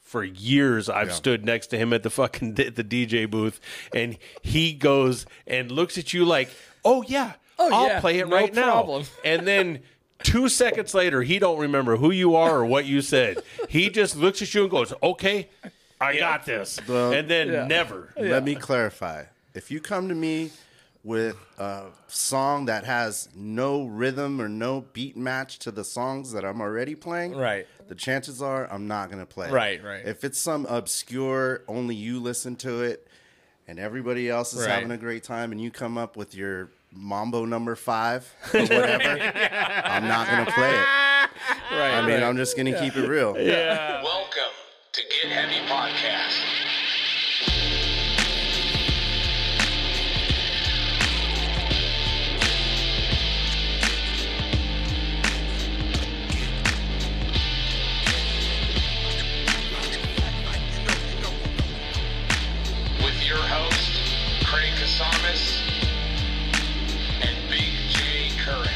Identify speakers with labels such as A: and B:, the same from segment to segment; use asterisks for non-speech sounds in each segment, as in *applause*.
A: for years I've
B: Yeah.
A: stood next to him at the fucking *laughs* at the DJ booth, and he goes and looks at you like, "Oh yeah,
C: Oh,
A: I'll
C: yeah,
A: play it
C: no
A: right
C: problem." *laughs*
A: now." And then two seconds later, he don't remember who you are or what you said. He just looks at you and goes, "Okay, I got this,"
B: Well,
A: and then
C: yeah.
A: never.
B: Let me clarify. If you come to me with a song that has no rhythm or no beat match to the songs that I'm already playing,
C: Right.
B: The chances are I'm not gonna play. it.
C: Right, right.
B: If it's some obscure, only you listen to it, and everybody else is
C: Right.
B: having a great time, and you come up with your mambo
C: *laughs*
B: number five or whatever, I'm not gonna play it.
C: Right.
B: I mean, I'm just gonna keep it real.
D: Welcome to Get Heavy Podcast. With your host, Craig Kasamis and Big J Curran.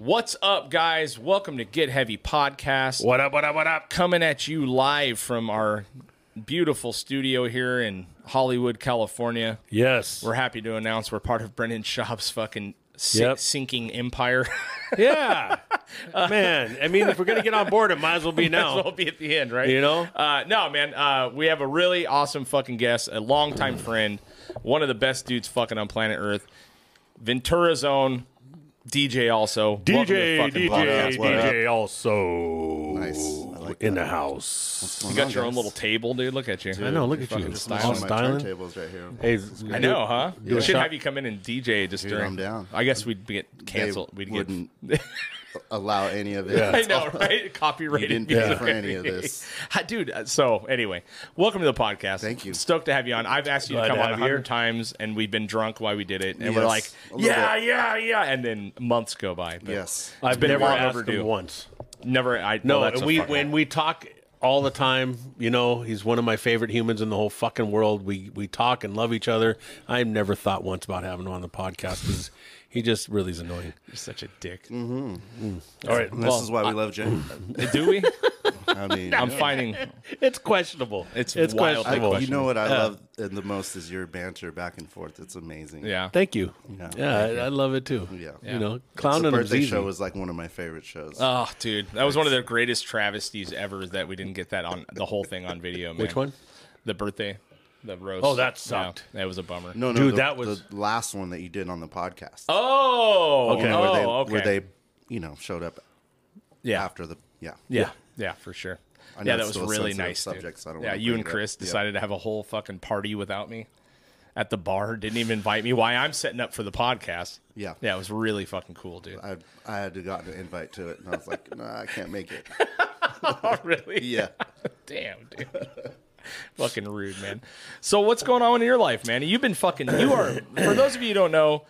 C: What's up, guys? Welcome to Get Heavy Podcast.
A: What up? What up? What up?
C: Coming at you live from our beautiful studio here in Hollywood, California.
A: Yes,
C: We're happy to announce we're part of Brendan Schaub's fucking si-
A: Yep.
C: sinking empire. *laughs*
A: yeah, *laughs* man. I mean, if we're gonna get on board, it might as well be now.
C: *laughs* Might as well be at the end, right?
A: You know?
C: Uh, no, man. Uh, we have a really awesome fucking guest, a longtime friend, one of the best dudes fucking on planet Earth, Ventura's own DJ also. Welcome to the
A: DJ,
C: fucking podcast.
A: DJ,
B: What up?
A: DJ, also
B: Nice. I like
A: in the house.
C: You got your own little table, dude. Look at you.
A: I know. Look at you,
B: on
A: styling.
B: my
A: styling.
B: turntables right here.
A: Hey,
C: I know, huh?
A: a
C: We should
A: shot.
C: have you come in and DJ just during.
B: I'm down.
C: I guess we'd get
B: They
C: canceled. We'd get. *laughs*
B: wouldn't allow any of it.
C: I know, right? Copyrighted.
B: You didn't
C: music.
B: pay for any of this.
C: *laughs*
A: *laughs*
C: Hi, dude. uh, So anyway, welcome to the podcast.
B: Thank you.
C: Stoked to have you on. I've asked you
A: Glad
C: to come
A: to
C: on a
A: have you here.
C: hundred times, and we've been drunk while we did it, and we're
B: Yes,
C: like,
B: a little
C: yeah, yeah, yeah, and then months go by. But
B: Yes.
A: I've been
C: never
A: never asked
C: overdue.
A: him once.
C: never. I
A: No,
C: well, Oh, that's
A: and
C: a
A: we
C: fuck-
A: when we talk all the time, you know, he's one of my favorite humans in the whole fucking world. We we talk and love each other. I've never thought once about having him on the podcast because he just really is annoying.
C: you're such a dick.
B: Mm-hmm.
A: All right,
B: This is why we love Jay.
C: Do
B: *laughs*
C: we?
B: I mean,
C: I'm finding
A: it's questionable.
C: It's
A: it's
C: wildly
A: questionable.
B: you know what I love uh, the most is your banter back and forth. It's amazing.
C: yeah.
A: Thank you. Yeah,
B: Yeah.
A: I, I love it too.
B: Yeah.
A: you know,
B: The
A: clown and
B: birthday
A: Azizi.
B: show was like one of my favorite shows.
C: Oh, dude, that was one of the greatest travesties ever is that we didn't get that on the whole thing on video. Man.
A: Which one?
C: The birthday, the roast.
A: Oh, that
C: Yeah,
A: sucked.
C: that was a bummer.
B: no, no,
A: dude,
B: the-
A: that was-
B: the last one that you did on the podcast.
C: Oh.
A: Okay.
B: where they,
C: Oh, okay.
B: Where they, you know, showed up
C: yeah.
B: after the yeah.
C: Yeah. Yeah, for sure.
B: I know
C: Yeah, that
B: it's
C: was
B: still a
C: really
B: sensitive
C: nice. dude.
B: subject, so I don't
C: yeah,
B: wanna
C: you
B: bring
C: and
B: it up.
C: Chris
B: Yeah.
C: decided to have a whole fucking party without me at the bar. Didn't even invite me. Why I'm setting up for the podcast.
B: Yeah.
C: Yeah, it was really fucking cool, dude.
B: I I had to got an invite to it, and I was like, no, I can't make it.
C: Oh, *laughs* really?
B: Yeah.
C: Damn, dude. *laughs* fucking rude, man. So what's going on in your life, man? You've been fucking you are for those of you who don't know,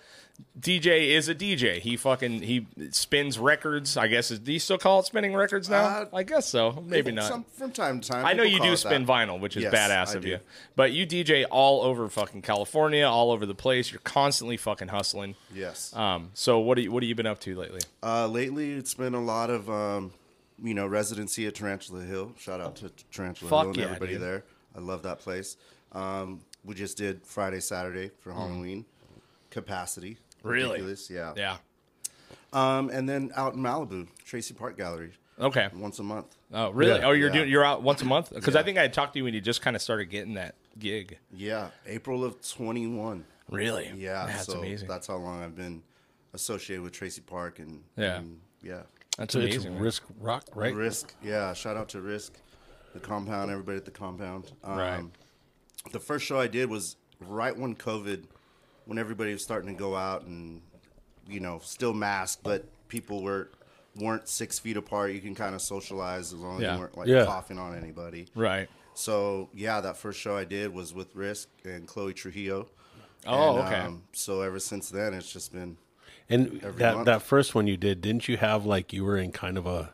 C: DJ is a DJ. He fucking he spins records. I guess is do you still call it spinning records now?
B: Uh,
C: I guess so. *laughs* Maybe not.
B: *laughs* Some, from time to time.
C: I know
B: people
C: you
B: call
C: do
B: it
C: spin
B: that.
C: vinyl, which is
B: Yes,
C: badass
B: I
C: of
B: do.
C: you. But you DJ all over fucking California, all over the place. You're constantly fucking hustling.
B: Yes.
C: Um. So what do you, what have you been up to lately?
B: Uh, lately, it's been a lot of, um, you know, residency at Tarantula Hill. Shout out to Tarantula
C: Fuck
B: Hill and
C: yeah,
B: everybody
C: dude.
B: there. I love that place. Um, we just did Friday, Saturday for Halloween capacity.
C: Mm. Really?
B: Ridiculous, Yeah.
C: Yeah.
B: Um, and then out in Malibu, Tracy Park Gallery,
C: Okay.
B: once a month.
C: Oh really?
A: Yeah.
C: oh, you're
B: Yeah.
C: doing you're out once a month because I think I had talked to you when you just kind of started getting that gig.
B: Yeah. April of 21.
C: Really?
B: Yeah.
C: That's
B: so
C: amazing.
B: that's how long I've been associated with Tracy Park and
C: Yeah.
B: and, yeah.
C: That's
A: So it's
C: amazing. man.
A: risk rock, right?
B: Risk. Yeah. Shout out to Risk, the compound, everybody at the compound. Um,
C: Right.
B: the first show I did was right when COVID, when everybody was starting to go out and, you know, still masked, but people were weren't six feet apart. You can kind of socialize as long as
C: Yeah.
B: you weren't like
A: Yeah.
B: coughing on anybody.
C: Right.
B: So yeah, that first show I did was with Risk and Chloe Trujillo.
C: Oh,
B: And, um,
C: okay.
A: um,
B: so ever since then, it's just been
A: And that
B: month.
A: that first one you did, didn't you have like you were in kind of a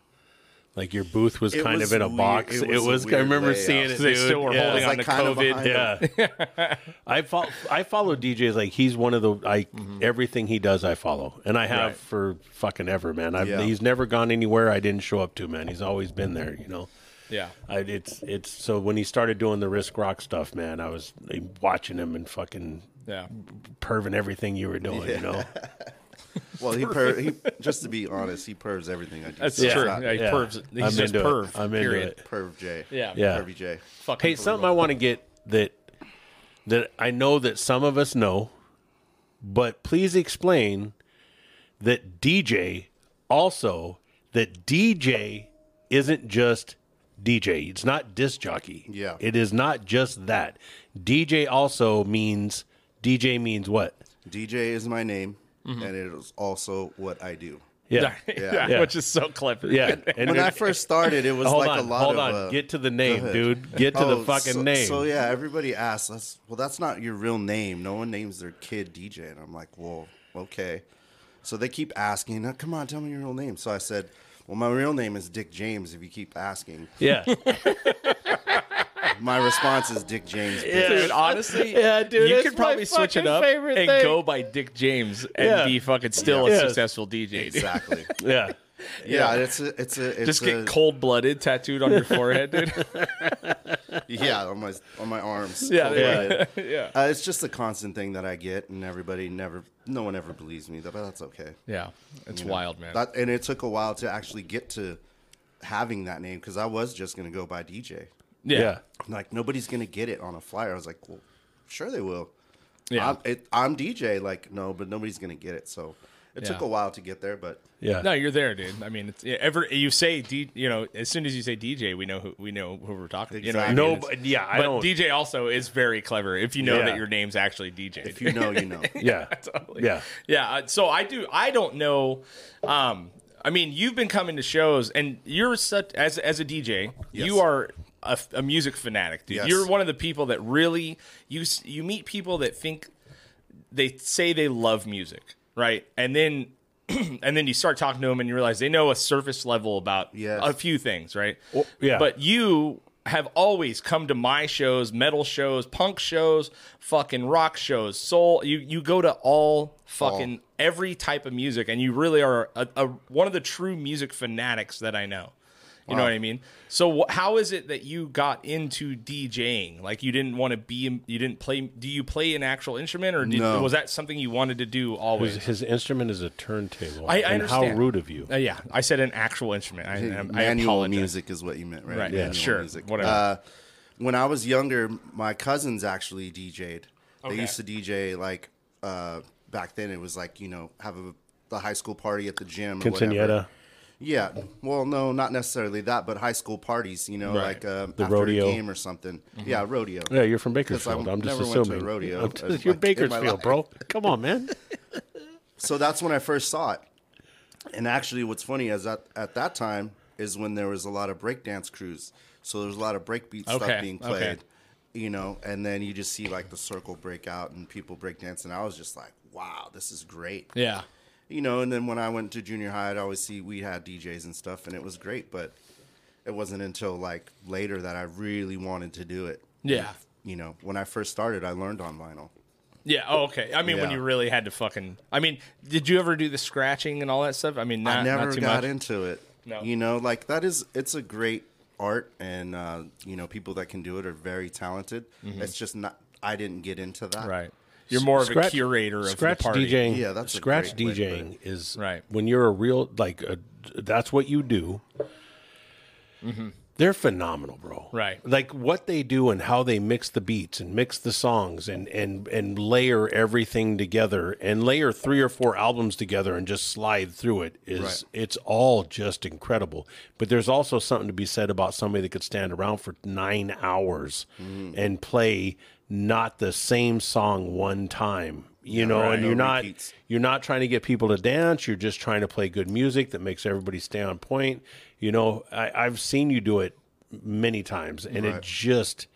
A: Like your booth was
B: It
A: kind
B: was
A: of in a
B: weird-
A: box. It
B: it was
A: was.
B: a
A: I
B: weird
A: remember
B: layout.
A: seeing it.
C: They
A: dude.
C: still were
A: Yeah.
C: holding
B: It's
C: on
B: like
C: to
B: kind of
C: COVID.
B: behind
C: Yeah.
A: Yeah,
B: *laughs*
A: I follow. I follow DJs like he's one of the I
B: Mm-hmm.
A: everything he does I follow, and I have
C: Right.
A: for fucking ever, man. I've,
B: Yeah.
A: He's never gone anywhere I didn't show up to, man. He's always been there, you know.
C: yeah.
A: I, it's it's so when he started doing the risk rock stuff, man, I was like, watching him and fucking
C: Yeah.
A: perving everything you were doing, you know.
B: Well, he, per- he just to be honest, he pervs everything I do.
C: That's
B: so it's
C: true.
B: not
C: Yeah, *laughs* he
A: Yeah.
C: pervs. He's
A: I'm
C: just
A: into it.
C: perv.
A: I'm into
C: period. *laughs*
A: it.
B: Perv J.
C: Yeah.
A: Yeah.
B: Pervy J.
C: Fucking
A: Hey, something I
C: brutal.
A: want to get that that I know that some of us know, but please explain that DJ also that DJ isn't just DJ. It's not disc jockey.
B: Yeah.
A: It is not just that. DJ also means DJ means what?
B: DJ is my name,
C: Mm-hmm.
B: and it is also what I do.
A: Yeah.
C: yeah.
A: Yeah.
C: Which is so clever. *laughs*
A: Yeah. And
B: When
A: *laughs*
B: I first started, it was
A: hold
B: like
A: on,
B: a lot
A: hold
B: of.
A: on.
B: uh,
A: Get to the name,
B: ahead.
A: dude. Get to
B: oh,
A: the fucking
B: so,
A: name.
B: So yeah, everybody asks. That's, well, that's not your real name. No one names their kid DJ, and I'm like, well, okay. So they keep asking. Now, come on, tell me your real name. So I said, well, my real name is Dick James. If you keep asking,
A: yeah.
B: my response is
A: *laughs*
B: Dick James. bitch.
C: Dude, honestly,
A: Yeah, dude,
C: you
A: it's
C: could
A: my
C: probably switch it
A: fucking
C: up and
A: favorite thing.
C: go by Dick James and
A: Yeah.
C: be fucking still a
A: Yeah.
C: successful DJ.
A: *laughs*
C: Dude.
B: Exactly.
A: *laughs*
B: *laughs*
A: Yeah.
B: Yeah, it's a, it's a, it's
C: Just
B: a-
C: get cold blooded tattooed on your
A: *laughs*
C: forehead, dude.
B: yeah on my on my arms.
C: Yeah,
A: yeah.
C: yeah,
B: Uh, it's just a constant thing that I get, and everybody never, no one ever believes me, but that's okay.
C: yeah. It's wild, man.
B: That, and it took a while to actually get to having that name because I was just gonna go by DJ.
A: Yeah.
B: Like nobody's gonna get it on a flyer. I was like, well, sure they will.
C: Yeah.
B: I'm, it, I'm DJ. Like no, but nobody's gonna get it. So it took
C: Yeah.
B: a while to get there, but
A: Yeah.
C: No, you're there, dude. I mean, it's, yeah, ever you say, D, you know, as soon as you say DJ, we know who we know who we're talking. to. You know, what I mean?
A: No,
C: It's-
A: but yeah, I
C: but
A: don't.
C: DJ also is very clever if you know
A: Yeah.
C: that your name's actually DJ.
B: if you know,
C: *laughs*
B: you know.
A: yeah,
C: totally.
A: yeah,
C: Yeah. uh, So I do. I don't know. Um, I mean, you've been coming to shows, and you're such as as a DJ.
B: Yes.
C: You are a, f- a music fanatic, dude.
B: Yes.
C: You're one of the people that really you s- you meet people that think they say they love music, right? And then *clears throat* and then you start talking to them, and you realize they know a surface level about
B: Yes.
C: a few things, right?
A: yeah.
C: But you have always come to my shows, metal shows, punk shows, fucking rock shows, soul. You you go to all fucking every type of music, and you really are a, a, one of the true music fanatics that I know. You know what I mean? So wh- how is it that you got into DJing? Like you didn't want to be, you didn't play. Do you play an actual instrument, or did,
B: No.
C: was that something you wanted to do always?
A: His, his instrument is a turntable.
C: I- I
A: and how
C: understand.
A: rude of you.
C: Uh, yeah, I said an actual instrument. I, I, I
B: *laughs* manual
C: apologize.
B: music is what you meant, right?
C: Right, yeah,
B: Manual
C: sure, whatever.
B: Uh, when I was younger, my cousins actually DJ'd. They
C: Okay.
B: used to DJ like uh, back then. It was like you know have a the high school party at the gym. Or whatever.
A: Quinceanera.
B: Yeah. Well, no, not necessarily that, but high school parties. You know,
C: Right.
B: like um,
A: The
B: after
A: rodeo.
B: a game or something. Yeah, rodeo.
A: Yeah, you're from
B: Because I
A: Bakersfield. I'm just
B: never went to a
A: assuming.
B: rodeo.
A: I'm just-
B: I
A: *laughs*
B: was
A: you're
B: like, in my
A: Bakersfield,
B: life.
A: bro. Come on, man.
B: So that's when I first saw it. And actually, what's funny is that at that time is when there was a lot of breakdance crews. So there was a lot of breakbeat
C: Okay,
B: stuff being
C: okay.
B: played, you know, and then you just see like the circle break out and people breakdance. And I was just like, wow, this is great.
C: Yeah,
B: You know, and then when I went to junior high, I'd always see we had DJs and stuff and it was great. But it wasn't until like later that I really wanted to do it.
C: yeah.
B: You know, when I first started, I learned on vinyl.
C: Yeah. Oh, okay. I mean, when
B: Yeah.
C: you really had to fucking. I mean, did you ever do the scratching and all that stuff? I mean, not,
B: I
C: not
B: never
C: too
B: got
C: much.
B: into it.
C: No.
B: You know, like that is it's a great art and uh, you know, people that can do it are very talented. It's just not I didn't get into that.
C: Mm-hmm. Right. You're *laughs* more of a
A: Scratch-
C: curator of
A: scratch
C: the party.
A: DJing.
B: Yeah, that's a
A: scratch
B: great way to put
A: DJing is
C: Right.
A: when you're a real like a, that's what you do. They're phenomenal, bro.
C: Mm-hmm. Right.
A: like what they do and how they mix the beats and mix the songs and and and layer everything together and layer three or four albums together and just slide through it is
B: Right.
A: it's all just incredible. But there's also something to be said about somebody that could stand around for nine hours and play not the same song one time. You know, and
B: no
A: you're not
B: repeats.
A: you're not trying to get people to dance. You're just trying to play good music that makes everybody stay on point. You know, I, I've seen you do it many times, and it just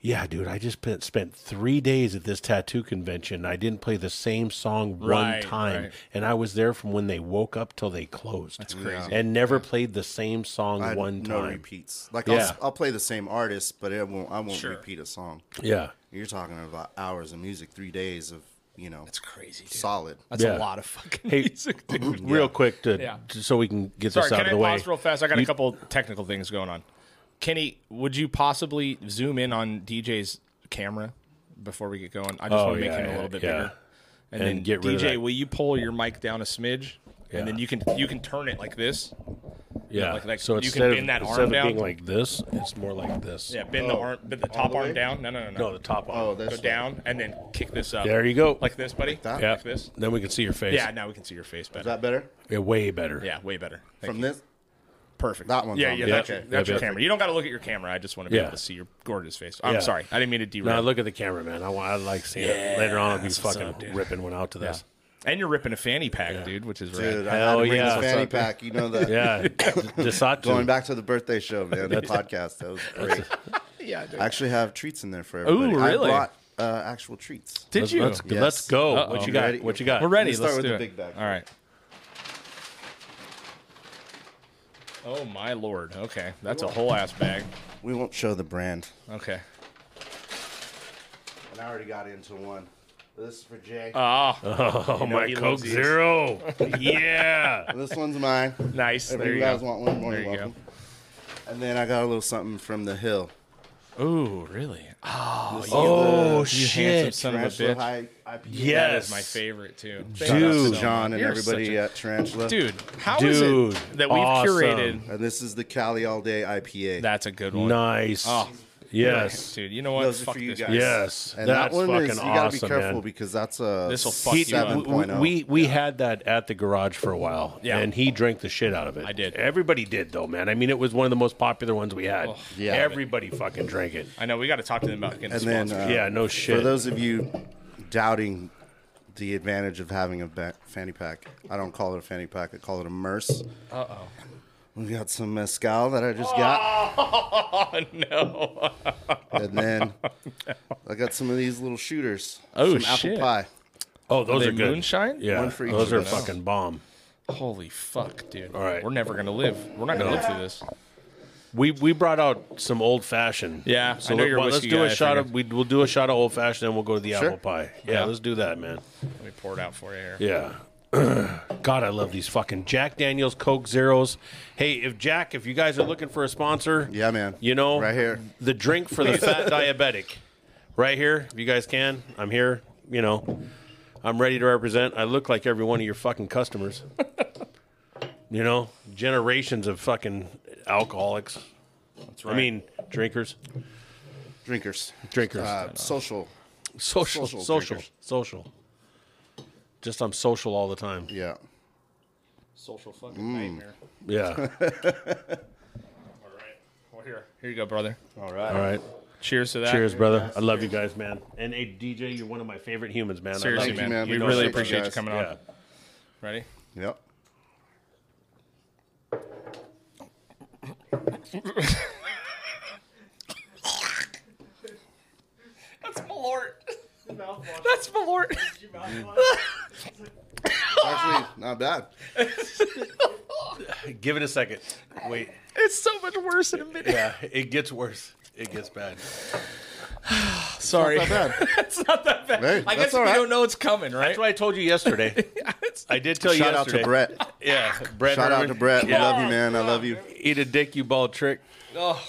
A: yeah, dude, I just spent, spent three days at this tattoo convention. I didn't play the same song one
C: Right,
A: time,
C: right.
A: and I was there from when they woke up till they closed. That's
B: crazy.
A: And never played the same song
B: I had
A: one
B: no
A: time.
B: repeats. Like I'll,
A: Yeah.
B: s- I'll play the same artist, but it won't. I won't
C: Sure.
B: repeat a song.
C: *laughs*
A: Yeah,
B: You're talking about hours of music, three days of you know
C: That's crazy, dude.
B: solid.
C: That's
A: Yeah.
C: a lot of fucking
A: Hey,
C: music, dude.
A: real quick to,
C: Yeah.
A: so we can get
C: Sorry,
A: this out
C: can
A: of
C: I
A: the way.
C: pause real fast? I got a couple technical things going on. Kenny, would you possibly zoom in on DJ's camera before we get going? I just
A: Oh,
C: want to make
A: yeah,
C: him a
A: yeah,
C: little bit
A: yeah.
C: bigger. And,
A: And
C: then
A: get rid of
C: DJ,
A: that.
C: will you pull your mic down a smidge?
A: Yeah.
C: And then you can you can turn it like this.
A: yeah,
C: like- like
A: so
C: you can
A: instead of
C: bend that
A: instead
C: arm
A: of
C: down.
A: being like this, it's more like this.
C: Yeah, bend the arm, bend the top
B: the
C: arm
B: way?
C: down. No, no, no, no.
A: no, the top arm.
B: Oh,
C: Go
B: that's
C: down and then kick this up.
A: There you go.
C: Like this, buddy.
B: that?
A: yeah,
C: Like this.
A: Then we can see your face.
C: Yeah, now we can see your face
B: Is
C: better.
B: that better
A: Yeah, way better.
C: Yeah, way better. Thank
B: from
C: you.
B: this?
C: Perfect.
B: That one's
C: Yeah,
B: on.
C: yeah.
B: Yeah,
C: That's,
B: okay.
C: your- that's your
A: Yeah,
C: camera. You don't got to look at your camera. I just want to be
A: Yeah.
C: able to see your gorgeous face. I'm
A: Yeah.
C: sorry. I didn't mean to
A: No, I
C: derail.
A: look at the camera, man. I, want, I like seeing it. Later on, I'll be
C: that's what's
A: fucking
C: up, dude.
A: ripping one out to this.
C: and you're ripping a fanny pack, dude, which is
B: Dude,
C: rad.
B: I had
A: Hell
B: to bring
A: yeah.
B: this fanny
A: What's up,
B: pack. You know
A: *laughs*
C: *laughs*
B: that.
A: Yeah, D- Desatu.
B: Going back to the birthday show, man, the
A: *laughs*
B: podcast that was great.
C: Yeah, dude.
B: I actually have treats in there for everybody.
C: really?
B: I brought uh, actual treats.
C: Did
A: Let's,
C: you?
A: let's,
B: Yes.
A: let's go.
C: Uh-oh.
A: What you
C: You
A: got?
B: ready?
A: What you got?
C: We're ready.
B: Let's start
C: Let's
B: with
C: do
B: the
C: it.
B: big bag.
C: All right. Oh my lord. Okay, that's a whole ass bag.
B: We won't show the brand.
C: Okay.
B: And I already got into one. This is for Jay.
C: Ah,
A: *laughs* Oh my
C: he
A: Coke
C: loves these. *laughs*
A: Zero. yeah.
B: this one's mine.
C: nice. *laughs*
B: If
C: there
B: you
C: you
B: guys
C: go.
B: want one, more
C: There
B: you're
C: you go.
B: welcome. And then I got a little something from the hill.
C: Ooh, really? Ah,
B: This is
A: Oh
B: the
C: You handsome
A: shit.
C: son of a
B: Tarantula
C: bitch.
B: High IPA.
A: Yeah.
C: That
A: Yes.
C: is my favorite too.
B: Shout out to
A: Dude.
B: John and
C: You're
B: everybody
C: such a-
B: at Tarantula.
C: Dude, how is
A: Dude,
C: it that we've
A: awesome.
C: curated?
B: And this is the Cali All Day IPA.
C: That's a good one.
A: Nice.
C: Oh.
A: Yes.
C: Dude, you know what?
B: Those are
C: Fuck
B: for you
C: this
B: guys.
C: bitch.
A: Yes.
B: and
A: That's
B: that one
A: fucking
B: is you gotta
A: awesome,
B: be careful
A: man.
B: because that's a oh.
C: This'll fuck
A: He,
C: you up.
A: w- w-
B: 7.0.
A: we we had that at the garage for a while,
C: oh. Yeah.
A: and he drank the shit out of it.
C: I did.
A: Everybody did, though, man. I mean, it was one of the most popular ones we
C: Oh.
A: had.
B: Yeah.
A: Everybody fucking drank it.
C: I know. We got to talk to them about getting
B: And
C: sponsors.
B: then, uh,
A: yeah, no shit.
B: For those of you doubting the advantage of having a ba- fanny pack, I don't call it a fanny pack. I call it a merce. Uh oh. We got some mezcal that I just got,
C: *laughs* oh no! Oh.
B: and then
C: *laughs*
B: I got some of these little shooters.
C: Oh,
B: some
C: shit.
B: Apple pie.
A: oh, those
C: they
A: are good.
C: moonshine?
A: Yeah,
B: One for each
A: those
B: of
A: are
B: us.
A: fucking bomb.
C: Holy fuck, dude! All
A: right.
C: we're never gonna live. We're not gonna live through this.
A: We we brought out some old fashioned.
C: Yeah,
A: so
C: I know
A: let,
C: you're a
A: well, let's
C: whiskey
A: do
C: guy,
A: a
C: I
A: shot of
C: figured.
A: we, we'll do a shot of old fashioned, and we'll go to the apple pie. Yeah,
C: Yeah.
A: let's do that, man.
C: Let me pour it out for you here.
A: Yeah. *clears throat* God, I love these fucking Jack Daniels Coke Zeros. Hey, if Jack, if you guys are looking for a sponsor,
B: Yeah, man.
A: you know,
B: right here.
A: the drink for the
B: *laughs*
A: fat diabetic, right here. If you guys can, I'm here. You know, I'm ready to represent. I look like every one of your fucking
B: *laughs*
A: customers. you know, generations of fucking alcoholics. That's right. I mean, drinkers.
B: Drinkers,
A: drinkers.
B: uh, social.
A: social, social,
B: social
A: social,
B: drinkers.
A: Just I'm social all the time.
B: Yeah.
C: Social fucking
B: Mm.
C: nightmare.
B: *laughs*
A: Yeah.
C: All right. Well, here, here you go, brother.
B: All right.
A: all right.
C: Cheers to that.
A: Cheers, brother. I love you guys, man. And hey, DJ, you're one of my favorite humans, man. I love
C: Seriously,
A: you.
B: Thank you,
C: man.
B: man.
C: We
B: You know
C: really
B: shit,
C: appreciate you
B: guys.
C: coming on.
A: Yeah.
C: Ready? *laughs*
B: Yep.
C: That's Malort. *laughs* That's Malort. *laughs*
B: Actually, not bad.
A: Give it a second. Wait.
C: It's so much worse in a minute.
A: Yeah, it gets worse. It gets bad.
C: Sorry. *laughs*
B: Not bad.
C: it's not that bad.
B: Hey,
C: I
B: that's
C: guess
B: all
C: we
B: right.
C: don't know it's coming, right?
A: That's what I told you
B: *laughs*
A: yesterday. I did tell
B: Shout
A: you
B: out
A: yesterday.
C: *laughs*
B: to Brett.
A: Yeah, Brett.
B: Shout out
A: Herman.
B: to Brett.
A: Yeah.
B: We love you, man. I love you.
A: Eat a dick, you bald trick.
C: Oh,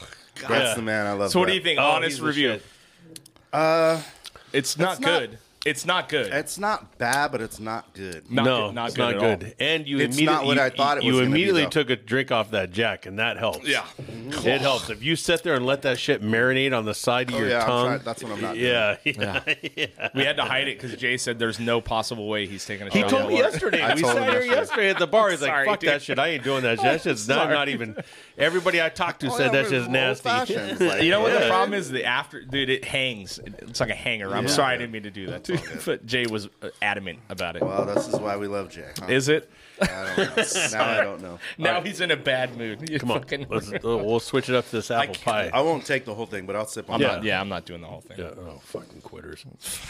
B: Brett's
A: Yeah.
B: the man. I love.
C: So what do
B: Brett.
C: you think?
A: Oh, he's
C: Honest
A: the
C: review.
A: shit.
C: It's not
B: It's not-
C: good. It's not good.
B: It's not bad, but it's not good.
C: Not
A: no,
C: good- not
A: it's
C: good
A: not
C: at
A: good.
C: all.
A: And you
B: It's
A: immediately
B: not what I thought it
A: you
B: was gonna be,
A: immediately
B: though.
A: took a drink off that Jack, and that helps.
C: yeah.
A: It helps if you sit there and let that shit marinate on the side of your
B: Oh, yeah, I'm
A: tongue.
B: trying- that's what I'm not doing.
A: Yeah, yeah.
C: We had to hide it because Jay said there's no possible way he's taking a
A: He
C: shot.
A: told me yesterday.
B: I
A: we
B: told
A: sat
B: him
A: here
B: yesterday.
A: yesterday at the bar. He's like,
C: Sorry,
A: "Fuck that
C: dude.
A: shit. I ain't doing
B: *laughs*
A: that shit. That shit's not, not even." Everybody I talked
B: Oh,
A: to said that shit's nasty.
B: Old-fashioned. Like,
C: You know what
A: Yeah.
C: the problem is? The after, dude, it hangs. It's like a hanger. I'm
B: Yeah.
C: sorry, I didn't mean to do that. To
B: all good.
C: but Jay was uh, adamant about it. Is
B: Well, Oh, this is why we love Jay. Huh?
C: it?
B: I don't know. *laughs* now I don't know.
C: Now he's in a bad mood. You
A: Come on,
C: fucking-
A: let's, uh, we'll switch it up to this apple pie.
B: I won't take the whole thing, but I'll sip on
C: I'm
B: it.
C: not- *laughs* yeah, I'm not doing the whole thing,
A: Yeah, oh, fucking quitters.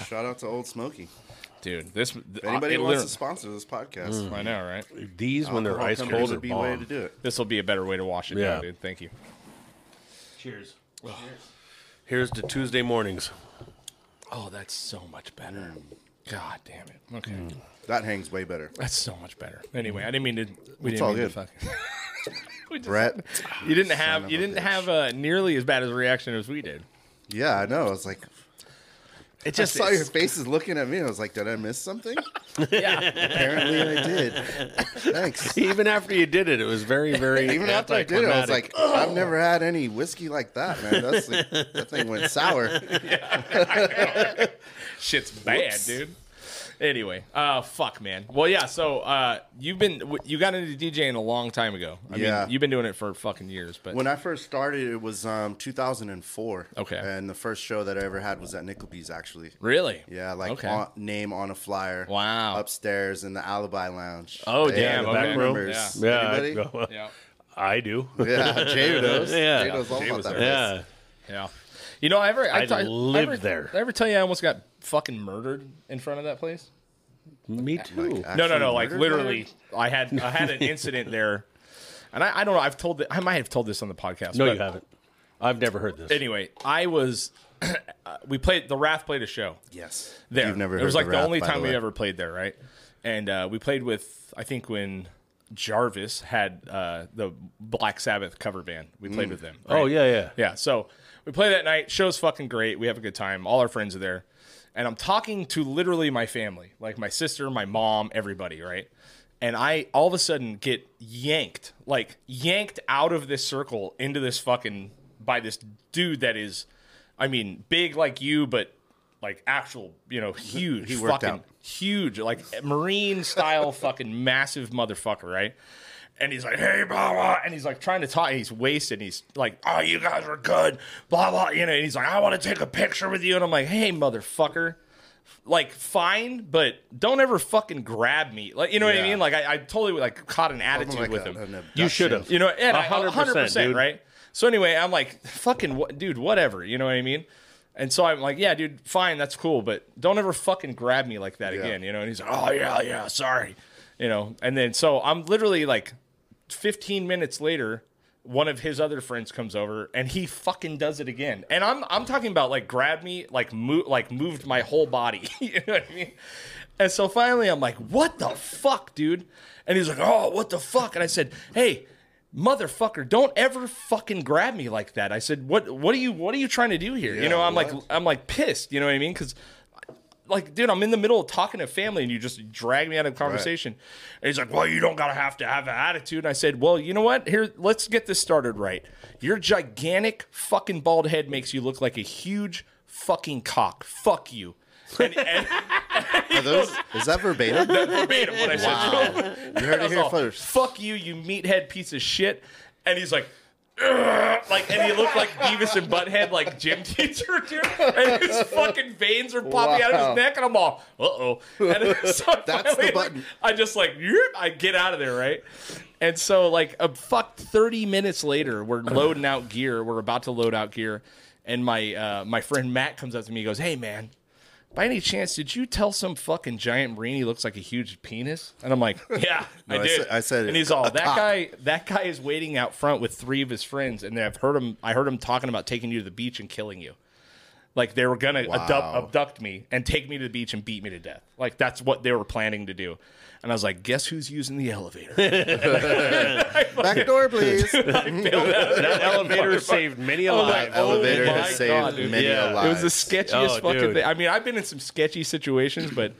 B: Shout out to Old Smoky.
C: dude. This
B: If anybody wants to sponsor this podcast,
C: I know, right?
A: These when they're
B: alcohol
A: ice
B: companies
A: cold are
B: would be a way to
A: bomb.
B: do it.
C: This will be a better way to wash it
A: Yeah.
C: down, dude. Thank you.
A: Cheers. Here's to Tuesday mornings. *laughs*
C: Oh, that's so much better. God damn it. Okay,
A: Mm.
B: That hangs way better.
C: that's so much better. Anyway, I didn't mean to. We
B: It's
C: didn't
B: all
C: mean
B: good.
C: to fucking. we just,
B: *laughs* Brett.
C: you didn't
B: of
C: have you
B: a
C: didn't
B: bitch.
C: have uh, nearly as bad as a reaction as we did.
B: Yeah, I know. I was like,
C: It
B: I
C: just
B: saw your
C: is-
B: faces looking at me. I was like, did I
C: *laughs*
B: miss something?
C: yeah.
B: Apparently, I did.
C: *laughs*
B: Thanks.
A: Even after you did it, it was very, very.
B: Even after I did it, I was like,
A: anticlimactic.
B: I've never had any whiskey like that, man. That's like, that thing
C: *laughs*
B: went sour.
C: *laughs* shit's bad,
B: Whoops.
C: dude. Anyway, uh, fuck, man. Well, yeah. So, uh, you've been w- you got into DJing a long time ago. I
B: Yeah.
C: mean, you've been doing it for fucking years, but
B: When I first started, it was um, 2004.
C: Okay.
B: And the first show that I ever had was at Nickelby's, actually.
C: really,
B: Yeah, like
C: Okay.
B: on, name on a flyer.
C: Wow.
B: Upstairs in the Alibi Lounge.
C: Oh,
B: They had
C: damn,
B: the
C: okay.
B: back roomers.
A: yeah, I,
B: Anybody?
A: well,
C: yeah,
A: I do. *laughs*
B: Yeah, Jay knows.
A: Yeah.
B: Jay knows all
C: Jay
B: about
C: was
B: that.
C: there.
B: place.
A: Yeah,
C: yeah. You know, I ever I,
A: I
C: ta-
A: lived
C: ever-
A: there.
C: I ever tell you I almost got fucking murdered in front of that place?
A: me too.
B: Like,
C: no, no,
B: actually
C: no. Like
B: murdered
C: literally,
B: her?
C: I had I had an incident there, and I, I don't know. I've told it, I might have told this on the podcast.
A: no,
C: but
A: you haven't. I've never heard this.
C: Anyway, I was. *clears throat* uh, we played the Wrath played a show.
B: Yes.
C: there.
B: You've never
C: it was
B: heard
C: like
B: of
C: the,
B: Wrath,
C: only
B: by
C: time we
B: way.
C: ever played there, right? And uh, we played with I think when Jarvis had uh, the Black Sabbath cover band. We played with them.
A: oh
C: right?
A: yeah, yeah.
C: yeah. So we play that night. Show's fucking great. We have a good time. All our friends are there, and I'm talking to literally my family, like my sister, my mom, everybody, right? And I all of a sudden get yanked, like yanked out of this circle into this fucking by this dude that is, I mean, big like you, but like actual, you know, huge,
B: he worked
C: fucking
B: out.
C: huge, like marine
B: *laughs*
C: style, fucking massive motherfucker, right? and he's like, "Hey, blah blah," and he's like trying to talk. And he's wasted. He's like, "Oh, you guys are good," blah blah. You know, and he's like, "I want to take a picture with you," and I'm like, "Hey, motherfucker." Like fine, but don't ever fucking grab me. Like you know what I
B: Yeah.
C: mean? Like I, I totally like caught an attitude
B: Something like
C: with
B: a-
C: him.
B: an
A: You should
B: abduction.
A: have.
C: You know, and I-
A: 100%,
C: 100%,
A: dude.
C: right? So anyway, I'm like, fucking, what, dude, whatever. You know what I mean? And so I'm like, yeah, dude, fine, that's cool, but don't ever fucking grab me like that again, you know? And he's like, oh, yeah, yeah, sorry, you know? And then so I'm literally like 15 minutes later, one of his other friends comes over and he fucking does it again. And I'm I'm talking about like grabbed me, like move like moved my whole body. *laughs* you know what I mean? And so finally I'm like, what the fuck, dude? And he's like, oh, what the fuck? And I said, hey, motherfucker, don't ever fucking grab me like that. I said, what what are you what are you trying to do here? you know, I'm like
B: what?
C: I'm like pissed, you know what I mean? Cause like, dude, I'm in the middle of talking to family and you just drag me out of conversation. And he's like, well, you don't got to have to have an attitude. And I said, well, you know what? Here, let's get this started right. Your gigantic fucking bald head makes you look like a huge fucking cock. Fuck you. And, and
B: Are those, is
C: *laughs*
B: that verbatim?
C: verbatim what I said. *laughs*
B: You heard
C: I
B: it
C: was
B: here
C: all,
B: first.
C: Fuck you, you meathead piece of shit. And he's like, "Ugh," like, and he looked like Beavis and Butthead, like gym *laughs* teacher, dude. And his fucking veins are popping out of
B: Wow.
C: his neck, and I'm all, uh oh. And *laughs* so I
B: *laughs* That's the
C: finally,
B: button.
C: I just like, "Yerp," I get out of there, right? And so, like, a fuck 30 minutes later,
B: *clears throat*
C: we're loading out gear. We're about to load out gear. And my uh, my friend Matt comes up to me and goes, Hey, man, by any chance, did you tell some fucking giant marine he looks like a huge penis? And I'm like, *laughs* yeah, I
B: I
C: did.
B: said- I said
C: and he's all
B: a
C: that
B: cock."
C: guy. That guy is waiting out front with three of his friends, and I've heard him. I heard him talking about taking you to the beach and killing you. Like they were gonna abdu-
B: Wow.
C: abduct me and take me to the beach and beat me to death. Like that's what they were planning to do. And I was like, guess who's using the elevator?
B: Back door,
C: *laughs*
B: please.
A: That elevator
C: Motherfucker.
A: saved many
C: Oh,
A: alive.
C: my- oh
B: Elevator
C: my
B: has saved
C: God, dude.
B: many
A: Yeah.
B: a
C: It was the
B: lives.
C: sketchiest
A: Oh,
C: fucking
A: dude.
C: thing. I mean, I've been in some sketchy situations, but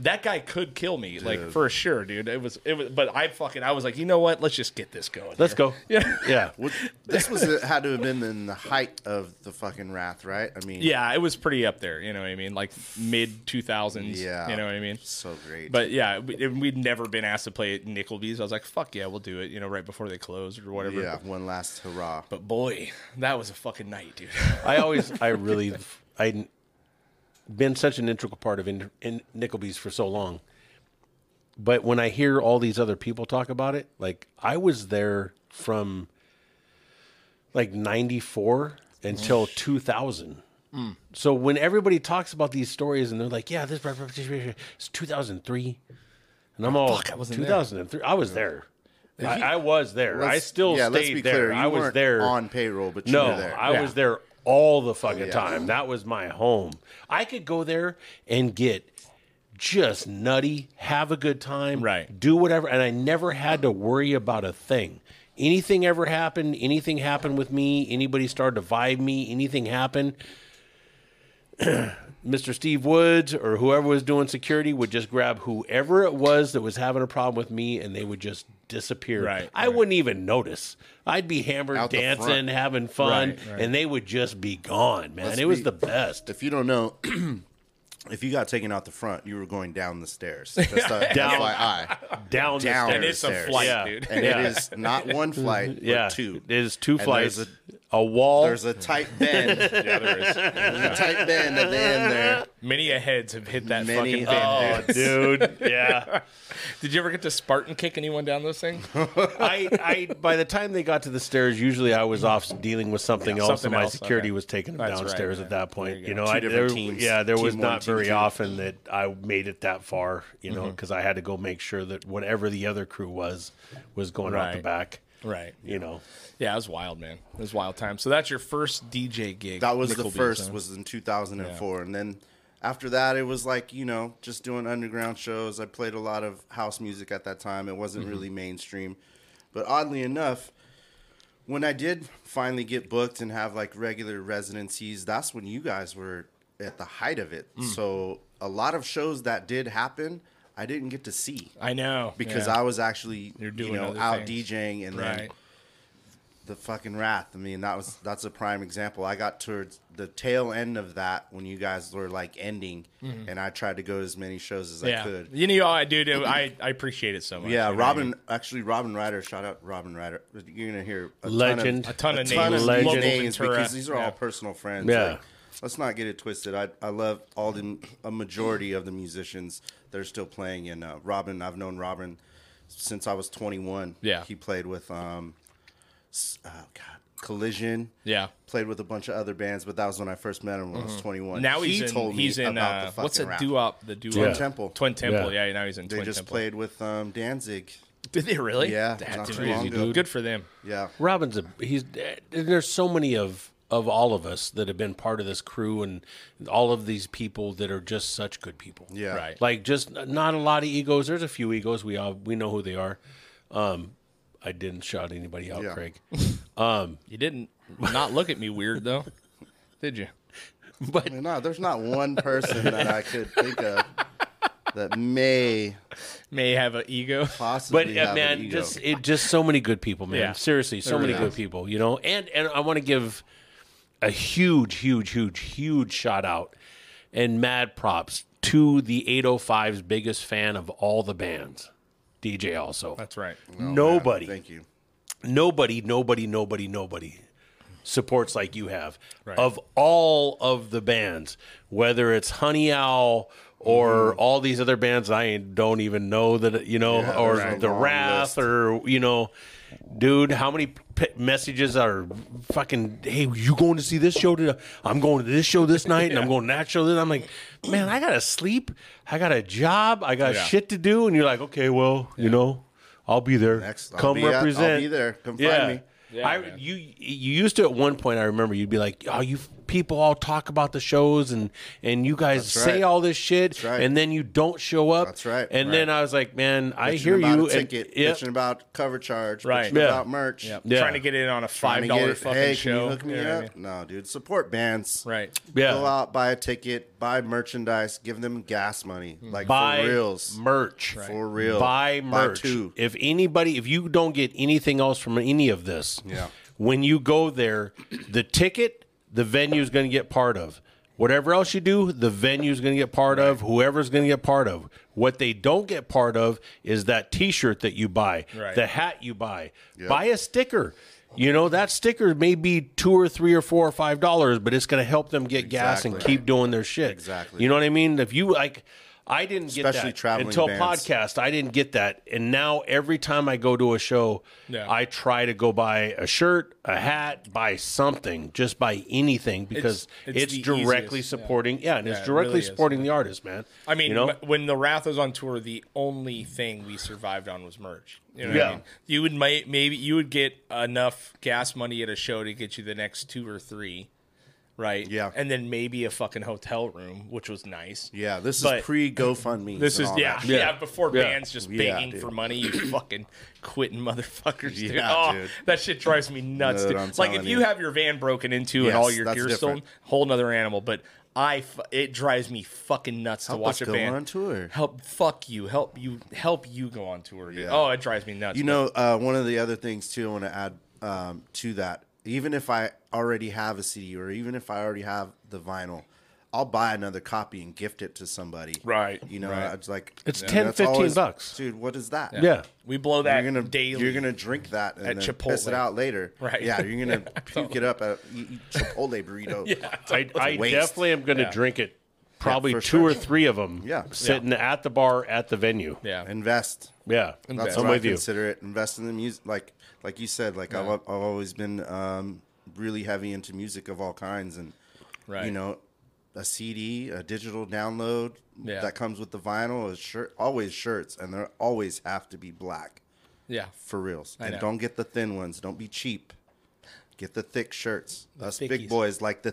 C: that guy could kill me, like for sure, dude. It was, it was, but I fucking, I was like, you know what? Let's just get this going.
A: Let's
C: here. *laughs*
A: go. Yeah, yeah.
B: What- this was had to have been in the height of the fucking wrath, right? I mean,
C: Yeah, it was pretty up there. You know what I mean? Like mid two thousands.
B: Yeah.
C: you know what I mean.
B: so great.
C: But yeah, we- and we'd never been asked to play at Nickelby's. I was like, fuck yeah, we'll do it. You know, right before they close or whatever.
B: yeah, one last hurrah. *laughs*
C: But boy, that was a fucking night, dude.
A: I always, I really, I, been such an integral part of in, in Nickleby's for so long. But when I hear all these other people talk about it, like I was there from like 94 until 2000.
B: Mm.
A: So when everybody talks about these stories and they're like, yeah, this it's 2003. And
B: Oh,
A: I'm all
C: fuck, I wasn't there.
A: 2003. I was there. I, I was there. I
B: Let's-
A: still
B: yeah,
A: stayed
B: let's be
A: there.
B: Clear. You
A: I was
B: weren't
A: there
B: on payroll, but you
A: no,
B: were there. Oh,
A: I
C: Yeah.
A: was there all the fucking
B: Yeah.
A: time. That was my home. I could go there and get just nutty, have a good time,
C: Right.
A: Do whatever, and I never had to worry about a thing. Anything ever happened? Anything happened with me? Anybody started to vibe me? Anything happened? *clears throat* Mr. Steve Woods or whoever was doing security would just grab whoever it was that was having a problem with me and they would just disappear.
C: Right,
A: I
C: right.
A: wouldn't even notice. I'd be hammered,
B: Out the
A: dancing,
B: front.
A: having fun,
C: Right, right.
A: and they would just be gone, man.
B: Let's
A: it was
B: be-
A: the best.
B: if you don't know, *clears throat* if you got taken out the front, you were going down the stairs.
C: *laughs*
B: That's a,
A: Down.
B: FYI.
A: Down, the
B: down
A: stairs.
C: And it's a
B: Upstairs.
C: flight,
A: Yeah.
C: dude.
B: And it is not
C: *laughs*
B: one flight,
A: yeah,
B: but two.
A: It is two
B: there's
A: flights, a,
B: a-
A: wall. *laughs*
B: There's a tight bend.
C: *laughs* Yeah, there is.
B: There's a tight bend at the end there.
C: Many a heads have hit that fucking
B: Many
C: bend,
B: a-
C: dude. Oh,
A: dude, yeah.
C: Did you ever get to Spartan kick anyone down those things?
A: *laughs* I, I, by the time they got to the stairs, usually I was off dealing with something
C: Yeah,
A: else, and
C: something
A: my
C: else,
A: security
C: okay.
A: was taking them
C: That's right,
A: downstairs
C: man.
A: at that point.
C: There
A: You,
C: you go.
A: know,
B: Two
A: I,
B: different
A: there-
B: teams.
A: yeah, there was
B: Team one,
A: not
B: team
A: very
B: two.
A: often that I made it that far. You know, because I had to go make sure that whatever the other crew was was going out the
C: Right.
A: back.
C: Right.
A: You know,
C: Yeah, it was wild, man. It was wild time. So that's your first DJ gig.
B: That was the
C: Nickleby's,
B: first.
C: huh?
B: Was in 2004, and then after that, it was like you know just doing underground shows. I played a lot of house music at that time. It wasn't really mainstream, but oddly enough, when I did finally get booked and have like regular residencies, that's when you guys were at the height of it. So a lot of shows that did happen, I didn't get to see
C: I know
B: because
C: yeah.
B: I was actually
C: You're
B: you
C: doing
B: know
C: other
B: out
C: things.
B: DJing and then
C: right.
B: the fucking wrath. I mean, that was that's a prime example. I got towards the tail end of that when you guys were like ending, and I tried to go to as many shows as
C: Mm-hmm. Yeah,
B: I could.
C: you know, I do. do- I I appreciate it so much.
B: Yeah,
C: you know,
B: Robin. Actually, Robin Ryder. Shout out Robin Ryder. You're gonna hear a
A: Legend.
C: a ton
B: ton
C: of
B: of, a ton
C: names,
B: of
A: Legend.
C: local
B: names
C: Ventura.
B: because these are
C: Yeah.
B: all personal friends.
A: Yeah.
B: Like, let's not get it twisted. I I love all the a majority of the musicians that are still playing. And uh, Robin, I've known Robin since I was 21.
C: Yeah.
B: he played with um, s- oh god, Collision.
C: Yeah. Mm-hmm.
B: played with a bunch of other bands, but that was when I first met him when I was 21.
C: Now he's
B: he
C: in.
B: told me
C: he's in.
B: about
C: uh,
B: the fucking
C: what's a
B: rap.
C: duop? The duop.
A: Twin
B: Temple.
C: Twin Temple.
A: Yeah.
C: Yeah. Now he's in.
B: They
C: Twin
B: just
C: Temple.
B: played with um, Danzig.
C: Did they really?
B: Yeah,
C: That,
B: not
C: dude,
B: too long
C: is-
B: ago.
C: Good for them.
B: Yeah,
A: Robin's a he's eh, there's so many of of all of us that have been part of this crew and all of these people that are just such good people.
B: yeah,
C: Right.
A: Like just not a lot of egos. There's a few egos. We all we know who they are. Um, I didn't shout anybody out,
B: Yeah. *laughs*
A: Craig.
C: You didn't not look at me weird though, *laughs* did you?
A: But
B: I mean, no, there's not one person that I could think of that may
C: May have an ego.
A: but
B: possibly.
A: uh,
B: have
A: man,
B: an ego.
A: just it just so many good people, man.
C: Yeah.
A: Seriously, so
C: There
A: many
C: really
A: good people. You know, and and I want to give a huge, huge, huge, huge shout out and mad props to the 805's biggest fan of all the bands, DJ. Also,
C: That's right.
A: nobody,
B: Oh, Thank you.
A: nobody, nobody, nobody, nobody supports like you have of all of the bands, whether it's Honey Owl or all these other bands I don't even know that you know,
B: Yeah,
A: or
B: there's a
A: the
B: long
A: Wrath,
B: list.
A: or you know, dude, how many p- messages are fucking? Hey, you going to see this show? Today? I'm going to this show this night, and I'm going to that show. Then I'm like, man, I gotta sleep. I got a job. I got
C: Yeah.
A: shit to do, and you're like, okay, well, you know. I'll be there.
B: Next, I'll
A: Come
B: be at- I'll
A: represent.
B: be there. Come find me.
C: Yeah,
A: I
C: man.
A: you you used to at one point. I remember you'd be like, "Oh, you f- people all talk about the shows and and you guys
B: That's
A: say
B: right.
A: all this shit,
B: right.
A: and then you don't show up."
B: That's right.
A: And then I was like, "Man, I
B: Bitching
A: hear
B: about
A: you."
B: A
A: and-
B: ticket.
A: yeah,
B: Bitching about cover charge.
C: Right.
B: Bitching
A: Yeah.
B: about merch.
C: Yep.
A: Yeah.
C: Trying to get in on a
B: Trying
C: five
B: to get
C: dollar
B: it,
C: fucking
B: hey, can
C: show.
B: you hook me
C: You know what I
B: up?
C: mean?
B: No, dude. Support bands.
C: Right.
A: yeah.
B: Go out, buy a ticket, buy merchandise, give them gas money.
C: Hmm.
B: Like
A: buy
B: for reals.
A: merch
B: For real.
A: Buy merch.
B: two.
A: If anybody, if you don't get anything else from any of this,
B: Yeah.
A: when you go there, the ticket, the venue's going to get part of. Whatever else you do, the venue's going to get part of. Whoever's going to get part of. What they don't get part of is that T-shirt that you buy,
C: Right.
A: the hat you buy. Buy a sticker. You know, that sticker may be two or three or four or five dollars, but it's going to help them get gas and
B: Exactly.
A: keep doing their shit.
B: Exactly.
A: You know what I mean? If you like, I didn't get
B: Especially
A: that
B: traveling
A: until
B: bands.
A: podcast. I didn't get that, and now every time I go to a show,
C: Yeah.
A: I try to go buy a shirt, a hat, buy something, just buy anything because
C: it's
A: it's,
C: the
A: directly
C: easiest, yeah.
A: supporting. Yeah, and
C: Yeah,
A: it's
C: it
A: directly
C: really is.
A: supporting the artist, man.
C: I mean,
A: you know,
C: wh- when the Wrath was on tour, the only thing we survived on was merch. You know what I
A: Yeah.
C: mean? You would may- maybe you would get enough gas money at a show to get you the next two or three, right?
B: Yeah.
C: and then maybe a fucking hotel room, which was nice.
B: Yeah, this is
C: But-
B: pre GoFundMe.
C: This is yeah, yeah,
A: Yeah.
C: Before
A: Yeah.
C: bands just
B: Yeah,
C: begging
B: dude.
C: for money,
B: *clears throat*
C: you fucking quitting motherfuckers, dude.
B: Yeah,
C: oh,
B: dude.
C: that shit drives me nuts.
B: Dude,
C: dude.
B: I'm
C: Like if
B: telling
C: you
B: you.
C: have your van broken into and
B: Yes,
C: all your
B: that's
C: gear stolen,
B: different.
C: whole nother animal. But I, f- it drives me fucking nuts
B: Help
C: to watch
B: us
C: a
B: go
C: band
B: on tour.
C: Help, fuck you, help you, help you go on tour. dude.
B: Yeah.
C: Oh, it drives me nuts.
B: You know, uh, one of the other things too, I want to add um, to that. Even if I already have a CD, or even if I already have the vinyl, I'll buy another copy and gift it to somebody.
C: Right,
B: You know,
C: right.
B: it's like
A: It's
B: you
A: 10,
B: that's
A: 15 bucks.
B: dude. What is that?
A: yeah.
C: we blow that
B: you're gonna
C: daily.
B: you're gonna drink that and
C: At
B: then piss
C: Chipotle.
B: it out later.
C: Right.
B: Yeah, you're
C: *laughs*
B: gonna puke it up at eat, eat Chipotle burrito. yeah.
A: I, I
B: waste.
A: definitely am going to
C: Yeah.
A: drink it. Probably
B: for
A: two
B: sure.
A: or three of them.
B: Yeah.
A: sitting at the bar at the venue.
C: yeah,
B: Invest.
A: yeah.
B: That's
A: I'm
B: what I
A: with you.
B: consider it. Invest in the music, like like you said, like I've, I've always been um, really heavy into music of all kinds, and
C: Right.
B: you know, a CD, a digital download
C: Yeah.
B: that comes with the vinyl, a shirt, always shirts, and they always have to be black
C: yeah. *laughs*
B: for reals. And
C: know.
B: don't get the thin ones. Don't be cheap. Get the thick shirts. Us
C: thickies.
B: big boys like the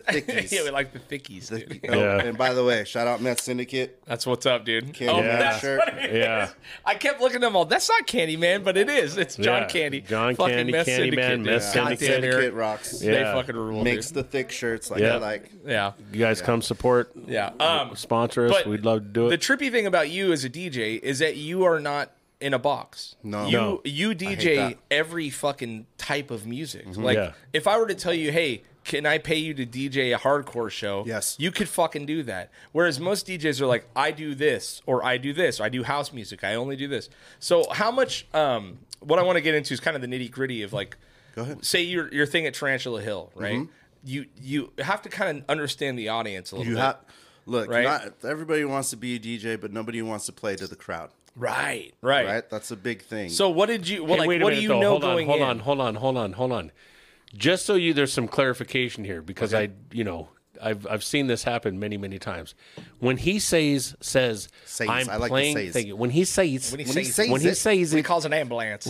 C: *laughs*
B: thickies.
C: Yeah, we like the thickies. Dude.
B: The- oh,
A: Yeah.
B: And by the way, shout out Meth Syndicate.
C: That's what's up, dude. Oh,
B: Candy Man
C: that's
B: shirt.
C: what it is.
A: Yeah.
C: I kept looking at them all. That's not Candy Man, but it is. It's John
A: Yeah.
C: Candy.
A: John Candy,
C: Meth
A: Candy Man,
C: dude.
A: Meth
C: Goddamn
A: Syndicate.
B: Syndicate
C: Eric.
B: rocks.
C: They
A: Yeah.
C: fucking rule,
B: Makes
C: dude.
B: the thick shirts like
A: Yeah.
B: I like.
C: Yeah.
A: You guys come support.
C: Yeah. Um,
A: Sponsor us.
C: but
A: We'd love to do
C: the
A: it.
C: trippy thing about you as a DJ is that you are not in a box.
B: No.
C: You
A: No.
C: you
B: that. Mm-hmm.
C: DJ every fucking type of music. Like
A: Yeah.
C: if I were to tell you, "Hey, can I pay you to DJ a hardcore show?"
B: Yes.
C: You could fucking do that. Whereas most DJs are like, "I do this or I do this. Or I do house music. I only do this." So, how much um what I want to get into is kind of the nitty-gritty of like
B: Go ahead. Mm-hmm.
C: say your your thing at Tarantula Hill, right? You you have to kind of understand the audience a little
B: You
C: bit.
B: have look.
C: Right?
B: Not, everybody wants to be a DJ, but nobody wants to play to the crowd.
C: right. Right.
B: Right? That's a big thing.
C: So what did you? Well,
A: Hey,
C: like,
A: wait a
C: what
A: minute,
C: do you
A: though.
C: know
A: hold
C: going
A: on, hold
C: in?
A: on, hold on, hold on, hold on. Just so you, there's some clarification here because I, you know, I've I've seen this happen many, many times. When he says says,
B: Says,
A: I'm
B: I like the
A: playing.
B: says.
A: thing- when he says,
C: When he
B: when he
C: says-
B: says,
A: when he
B: it,
A: says
C: He
A: it,
C: calls an ambulance.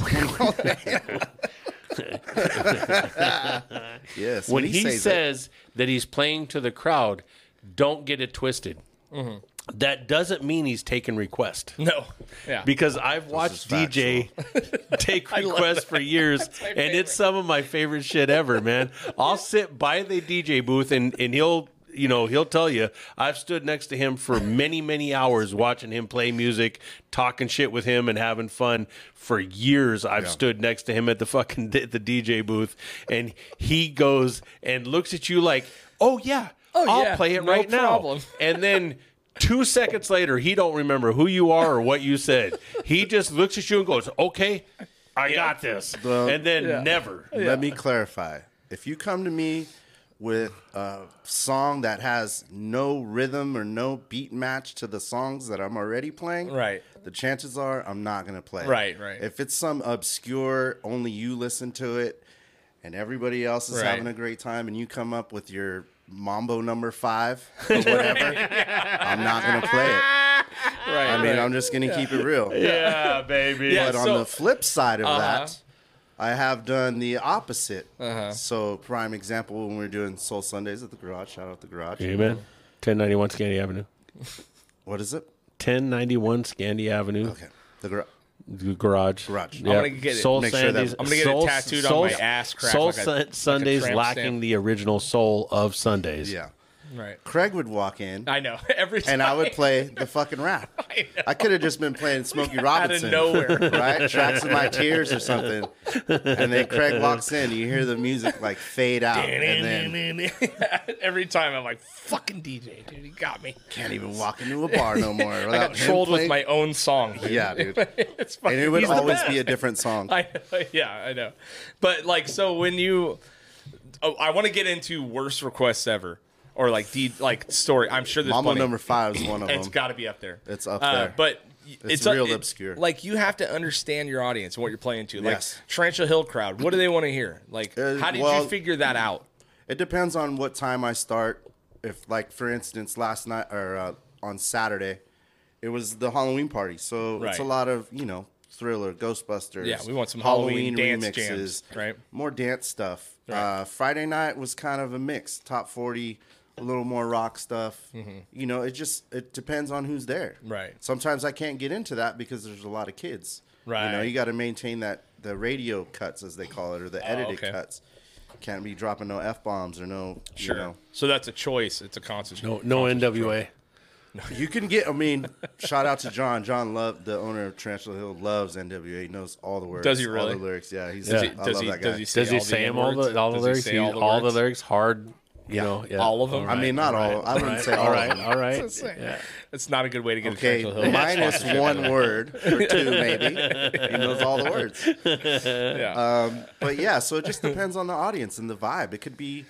B: yes,
A: when he,
B: says, it,
A: says that he's playing to the crowd, don't get it twisted.
C: Mm-hmm.
A: That doesn't mean he's taking request.
C: *laughs* no. Yeah.
A: Because I've watched DJ take requests for years, and it's some of my favorite shit ever, man.
C: *laughs*
A: I'll sit by the DJ booth, and, and he'll you know he'll tell you I've stood next to him for many many hours watching him play music, talking shit with him, and having fun for years. I've stood next to him at the fucking *laughs* at the DJ booth, and he goes and looks at you like, oh yeah.
C: Oh,
A: I'll
C: yeah,
A: play it
C: no
A: right
C: problem."
A: now and then two seconds later he don't remember who you are or what you said he just looks at you and goes okay i got this and then never
B: Let me clarify. If you come to me with a song that has no rhythm or no beat match to the songs that I'm already playing,
C: Right.
B: The chances are I'm not gonna play. it.
C: Right, right.
B: If it's some obscure, only you listen to it, and everybody else is
C: Right.
B: having a great time, and you come up with your mambo
C: *laughs*
B: number five or whatever, I'm not gonna play it.
C: right.
B: I mean, I'm just gonna keep it real.
A: yeah baby
C: Yeah.
B: But
C: so-
B: on the flip side of
C: Uh-huh.
B: that, I have done the opposite. So, prime example when we were doing Soul Sundays at the garage. Shout out the garage.
A: amen 1091 scandy avenue
B: What is it?
A: 1091 scandy avenue
B: Okay, the garage.
A: G- garage
B: Garage. I'm
A: Yep.
C: gonna get it-
A: soul
B: make sure that-
A: Sandy's-
B: I'm
C: gonna get it
A: Soul-
C: tattooed on
A: Soul-
C: my ass crack
A: soul
C: like a-
A: Sun-
C: like a
A: sundays
C: tramp
A: lacking
C: stamp.
A: the original soul of sundays
B: Yeah.
C: Right.
B: Craig would walk in,
C: I know. *laughs* Every time.
B: and I
C: *laughs*
B: would play the fucking rap. I,
C: know.
B: could have just been playing Smokey
C: Out of
B: Robinson,
C: nowhere.
B: right? Tracks of my tears or something. And then Craig walks in, you hear the music like fade out, and then
C: *laughs* Every time I'm like, fucking DJ, dude, he got me.
B: can't even walk into a bar no more.
C: *laughs*
B: Without
C: I got
B: him
C: trolled with
B: playing-
C: my own song. dude.
B: yeah, dude.
C: *laughs* it's fucking,
B: And it would
C: he's the
B: always
C: best. *laughs*
B: be a different song.
C: I yeah, I know. But like, so when you, oh, I want to get into worst requests ever, or like the like story. I'm sure there's
B: Mama
C: plenty.
B: number five is one of
C: It's
B: them.
C: got to be up there.
B: It's up
C: Uh,
B: there.
C: but y-
B: It's
C: a-
B: real
C: it-
B: obscure.
C: Like you have to understand your audience and what you're playing to. Like
B: Yes.
C: Tarantula Hill crowd, what do they want to hear? Like
B: Uh,
C: how did
B: well-
C: you figure that out?
B: It depends on what time I start. If, like, for instance, last night or uh, on Saturday, it was the Halloween party, so it's a
C: Right.
B: lot of you know thriller, Ghostbusters.
C: Yeah, we want some Halloween dance jams, right?
B: More dance stuff.
C: Right.
B: Uh, Friday night was kind of a mix, top forty, a little more rock stuff. You know, it just it depends on who's there.
C: Mm-hmm. Right.
B: Sometimes I can't get into that because there's a lot of kids. You know,
C: Right.
B: you got to maintain that the radio cuts as they call it or the edited
C: Oh, okay.
B: cuts. Can't be dropping no f bombs or no.
C: Sure.
B: You know.
C: So that's a choice. It's a concert.
A: No, no NWA.
B: You can get. I mean, shout out to John. John Love, the owner of Tarantula Hill, loves NWA. He knows all the words.
C: Does he
B: All
C: really?
B: the lyrics. Yeah, he's.
A: Does
B: Does
A: he-
B: I
C: does
B: love
C: he?
B: that guy.
C: Does he say
A: Does he
C: all
A: say
C: the
A: them all
C: N-words?
A: the all the
C: Does he
A: lyrics?
C: say
A: He- all, the,
C: words?
A: lyrics hard. You know, yeah.
C: All of them?
B: I mean, not all. I wouldn't say
A: all
B: all. of
A: right,
B: them.
A: all right. Yeah.
C: That's not a good way to get
B: Okay,
C: a Tarantula Hill. *laughs*
B: minus one word or two, maybe. He knows all the words.
C: Yeah.
B: Um, but yeah, so it
C: *laughs*
B: just depends on the audience and the vibe. It could be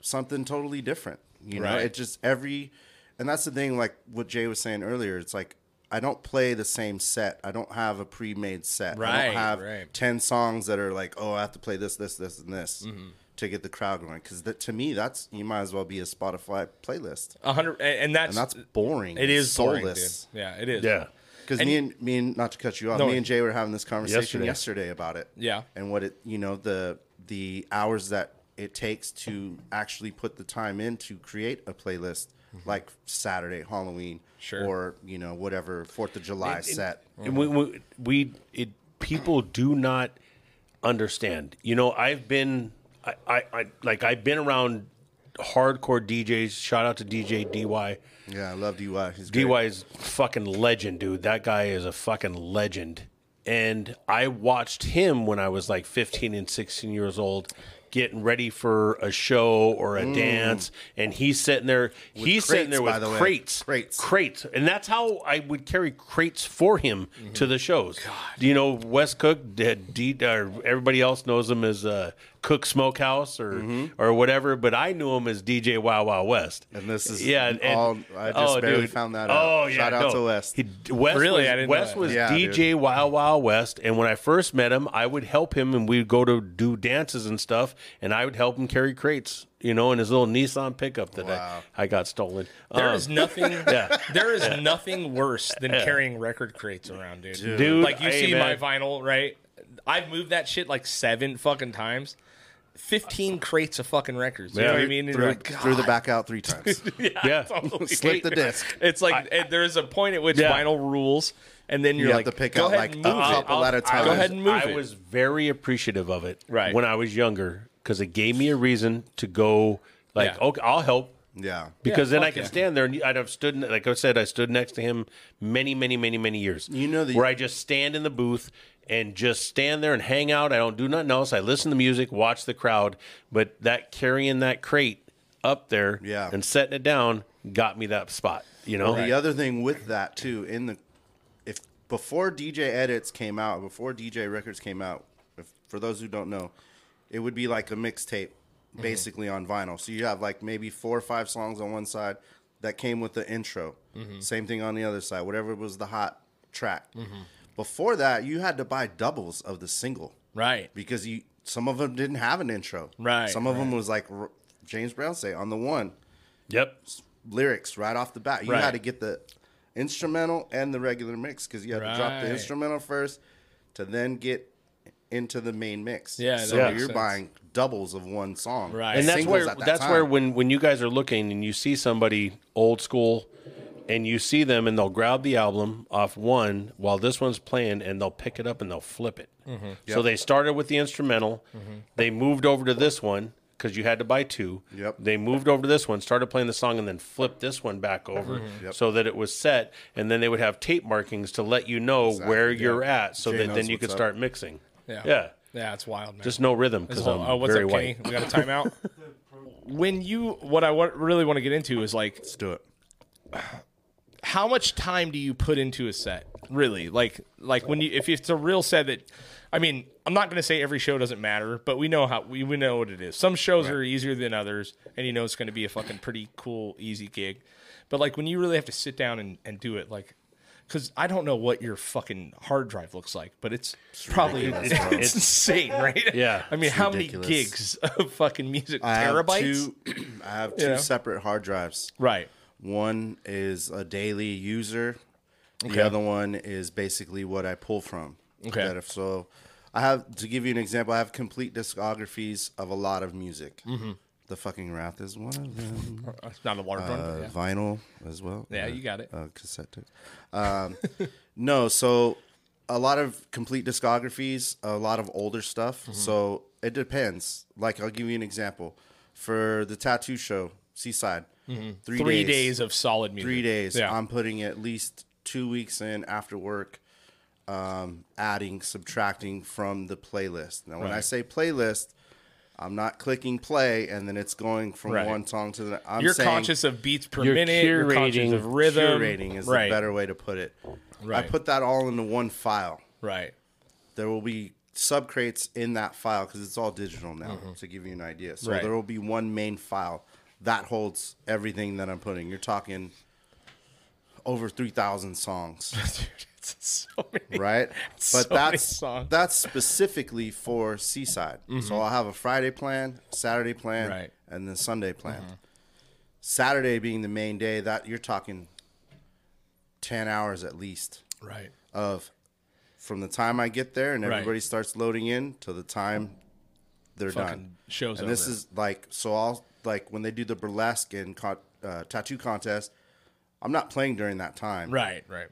B: something totally different. You know,
C: Right.
B: it just every, and that's the thing. Like what Jay was saying earlier, it's like I don't play the same set. I don't have a pre-made set. I
C: Right,
B: don't have
C: right.
B: ten songs that are like, oh, I have to play this, this, this, and this.
C: Mm-hmm.
B: To get the crowd going, because to me, that's you might as well be a Spotify playlist,
C: A hundred, and and that's,
B: and that's boring.
C: it is boring, dude.
B: soulless.
C: Yeah, it is.
A: yeah.
B: Because
C: And-
B: me and me and not to cut you off,
C: No.
B: me and Jay were having this conversation
A: Yesterday.
B: yesterday. about it.
C: Yeah.
B: and what it you know the the hours that it takes to actually put the time in to create a playlist like Saturday Halloween,
C: Mm-hmm. Sure.
B: or you know whatever Fourth of July set.
A: And we, we, we it, people do not understand. You know, I've been, I, I, I, like, I've been around hardcore DJs. Shout out to DJ DY.
B: yeah, I love DY. He's great.
A: DY is fucking legend, dude. That guy is a fucking legend. And I watched him when I was like 15 and 16 years old getting ready for a show or a dance and he's sitting there he's sitting
B: Mm. crates,
A: there
B: by
A: with
B: the way.
A: crates
B: Crates.
A: crates and that's how I would carry crates for him
B: Mm-hmm.
A: to the shows Do you know West Cook D, D, or everybody else knows him as uh, Cook Smokehouse or
B: Mm-hmm.
A: or whatever but I knew him as DJ Wow Wow West
B: And this is
A: yeah, and, and-
B: all- I just barely found that out.
A: Oh yeah,
B: Shout out
A: no.
B: to West.
A: He, West
C: Really?
A: was,
C: I didn't know
A: West
C: that.
A: was
B: Yeah,
A: DJ Wild Wild West, and when I first met him, I would help him, and we'd go to do dances and stuff, and I would help him carry crates, you know, in his little Nissan pickup that
B: Wow.
A: I, I got
B: *laughs*
A: stolen.
C: There
A: Um,
C: is nothing. There is nothing worse than carrying record crates around, dude.
A: Dude,
C: like you
A: hey,
C: see
A: man.
C: my vinyl, right? I've moved that shit like seven fucking times. Fifteen crates of fucking records. You
A: Yeah.
C: know what I mean? And
B: threw,
C: you're like, *laughs*
B: threw the back out three times.
A: yeah,
C: totally.
B: Slip the disc.
C: It's like eh, there's a point at which
A: Yeah.
C: vinyl rules, and then you're
B: You have
C: like,
B: to pick
C: go
B: out
C: ahead
B: like uh, a
C: and move it.
B: couple at a time.
C: Go ahead and move
A: I
C: it.
A: was very appreciative of it
C: Right.
A: when I was younger because it gave me a reason to go. Like,
C: Yeah.
A: okay, I'll help.
B: yeah,
A: Because then I
C: fuck
A: could
C: yeah.
A: stand there, and I'd have stood. Like I said, I stood next to him many, many, many, many years.
B: You know the-
A: where I just stand in the booth and just stand there and hang out. I don't do nothing else. I listen to music, watch the crowd. But that carrying that crate up there,
B: Yeah.
A: and setting it down got me that spot. You know,
B: The other thing with that too, in the if before DJ edits came out, before DJ records came out, if, for those who don't know, it would be like a mixtape,
C: Mm-hmm.
B: basically on vinyl. So you have like maybe four or five songs on one side that came with the intro.
C: Mm-hmm.
B: Same thing on the other side, whatever was the hot track. Before that, you had to buy doubles of the single
C: right.
B: because you some of them didn't have an intro.
C: Right,
B: Some of them was like R- James Brown say on the one
A: yep.
B: lyrics right off the bat. You
C: Right.
B: had to get the instrumental and the regular mix because you had to drop the
C: Right.
B: instrumental first to then get into the main mix.
C: Yeah, that
B: so
C: makes
B: you're
C: sense.
B: buying doubles of one song,
C: Right.
A: and that's
B: Singles
A: where
B: at that
A: that's where
B: time.
A: when when you guys are looking and you see somebody old school and you see them and they'll grab the album off one while this one's playing and they'll pick
B: Mm-hmm.
A: it up and they'll flip it so they started with the instrumental they moved over to this one because you had to buy two.
B: Yep.
A: They moved over to this one, started playing the song, and then flipped this one back over
B: Mm-hmm.
A: so that it was set. And then they would have tape markings to let you know where you're at, so
B: Jay
A: that
B: knows
A: then you
B: what's
A: could
B: up.
A: start mixing.
C: Yeah.
A: Yeah.
C: Yeah, it's wild, man.
A: Just no rhythm
C: This
A: because
C: whole-
A: I'm
B: uh,
C: oh, what's
A: very
C: up, Kenny?
A: white.
C: We got a timeout.
B: *laughs*
C: when you, what I wa- really want to get into is like,
B: Let's do it.
C: how much time do you put into a set really like like when you if it's a real set that i mean i'm not going to say every show doesn't matter but we know how we, we know what it is some shows are easier than others and you know it's going to be a fucking pretty cool easy gig but like when you really have to sit down and, and do it like because i don't know what your fucking hard drive looks like but it's, probably *laughs* it's,
B: ridiculous, bro.
C: insane right
A: Yeah,
C: *laughs* i mean how
B: ridiculous.
C: many gigs of fucking music
B: I have
C: terabytes
B: two. *clears throat* I have two
C: Yeah.
B: separate hard drives.
C: right
B: One is a daily user. The
C: Okay.
B: other one is basically what I pull from.
C: Okay.
B: That if so, I have to give you an example. I have complete discographies of a lot of music.
A: Mm-hmm.
B: The fucking Wrath is one of them.
C: it's not a large one
B: Uh,
C: but yeah.
B: Vinyl as well.
C: Yeah,
B: Uh,
C: you got it.
B: Uh, cassette tape. Um, *laughs* no, so a lot of complete discographies, a lot of older stuff.
C: Mm-hmm.
B: So it depends. Like I'll give you an example for the tattoo show, Seaside. Three,
C: Mm-hmm. three days. of solid music
B: three days.
C: yeah
B: I'm putting at least two weeks in after work, um, adding, subtracting from the playlist. Now, when I
C: Right.
B: say playlist, I'm not clicking play and then it's going from
C: Right.
B: one song to the. I'm
C: you're
B: saying
C: conscious of beats per
A: You're
C: minute. You're conscious
A: curating-
C: of rhythm.
B: curating is
C: right,
B: the better way to put it.
C: Right.
B: I put that all into one file.
C: Right. *laughs*
B: There will be subcrates in that file because it's all digital now. To give you an idea, so
C: Mm-hmm. Right.
B: there will be one main file that holds everything that I'm putting. You're talking over three thousand songs.
C: Dude, it's so *laughs* many.
B: right? But
C: So many
B: that's
C: songs. Mm-hmm.
B: that's specifically for Seaside. So I'll have a Friday plan, Saturday plan,
C: Right. Mm-hmm.
B: and then Sunday plan. Saturday being the main day, that you're talking ten hours at least
C: Right.
B: of from the time I get there and
C: Right.
B: everybody starts loading in to the time they're
C: Fucking
B: done.
C: show's
B: and this
C: over.
B: is like so I'll like when they do the burlesque and con- uh, tattoo contest. I'm not playing during that time,
C: Right. Right.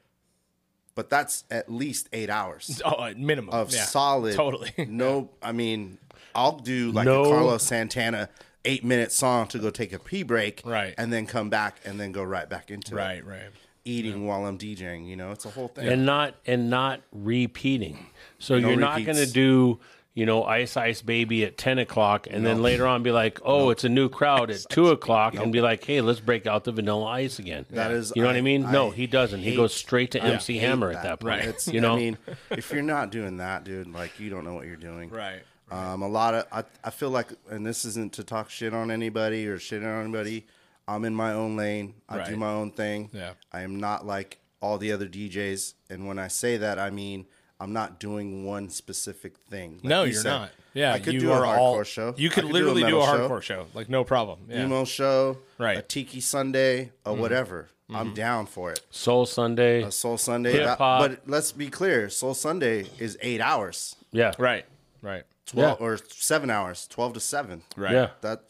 B: but that's at least eight hours
C: Oh, at minimum
B: of
C: Yeah.
B: solid. *laughs*
C: Totally. *laughs*
B: No, I mean, I'll do like
A: No.
B: a Carlos Santana eight minute song to go take a pee break,
C: Right.
B: and then come back and then go right back into it.
C: right. Right.
B: eating while I'm DJing. You know, it's a whole thing. *laughs*
A: and not and not repeating. So you're not
B: repeats.
A: going to do you know Ice Ice Baby at ten o'clock, and then later on be like, oh, it's a new crowd at two o'clock, and be like, hey, let's break out the Vanilla Ice again.
B: That is-
A: you know what I
B: I-
A: mean?
B: I
A: no, he doesn't. He
B: hate-
A: goes straight to MC
B: hate
A: Hammer at that point.
C: Right.
B: It's,
A: You know?
B: I mean, if you're not doing that, dude, like you don't know what you're doing.
C: Right.
B: Um, a lot of I, I feel like, and this isn't to talk shit on anybody or shit on anybody. I'm in my own lane. I do
C: Right.
B: my own thing.
C: Yeah.
B: I am not like all the other DJs, and when I say that, I mean I'm not doing one specific thing. Like
C: No,
B: you
C: you're
B: said,
C: not. Yeah.
B: I could
C: you
B: do a
C: are
B: hardcore
C: all,
B: show.
C: You
B: I
C: could,
B: could do a
C: literally do a,
B: metal show.
C: hardcore show. Like no problem. Yeah.
B: emo show,
C: Right. Mm-hmm.
B: A tiki Sunday, or whatever. I'm down for it.
A: Soul Sunday.
B: A Soul Sunday,
A: Hip
B: that-
A: hop.
B: but let's be clear: Soul Sunday is eight hours,
A: yeah.
C: Right. Right.
B: twelve
A: Yeah.
B: or seven hours, twelve to seven.
C: Right.
A: Yeah.
B: That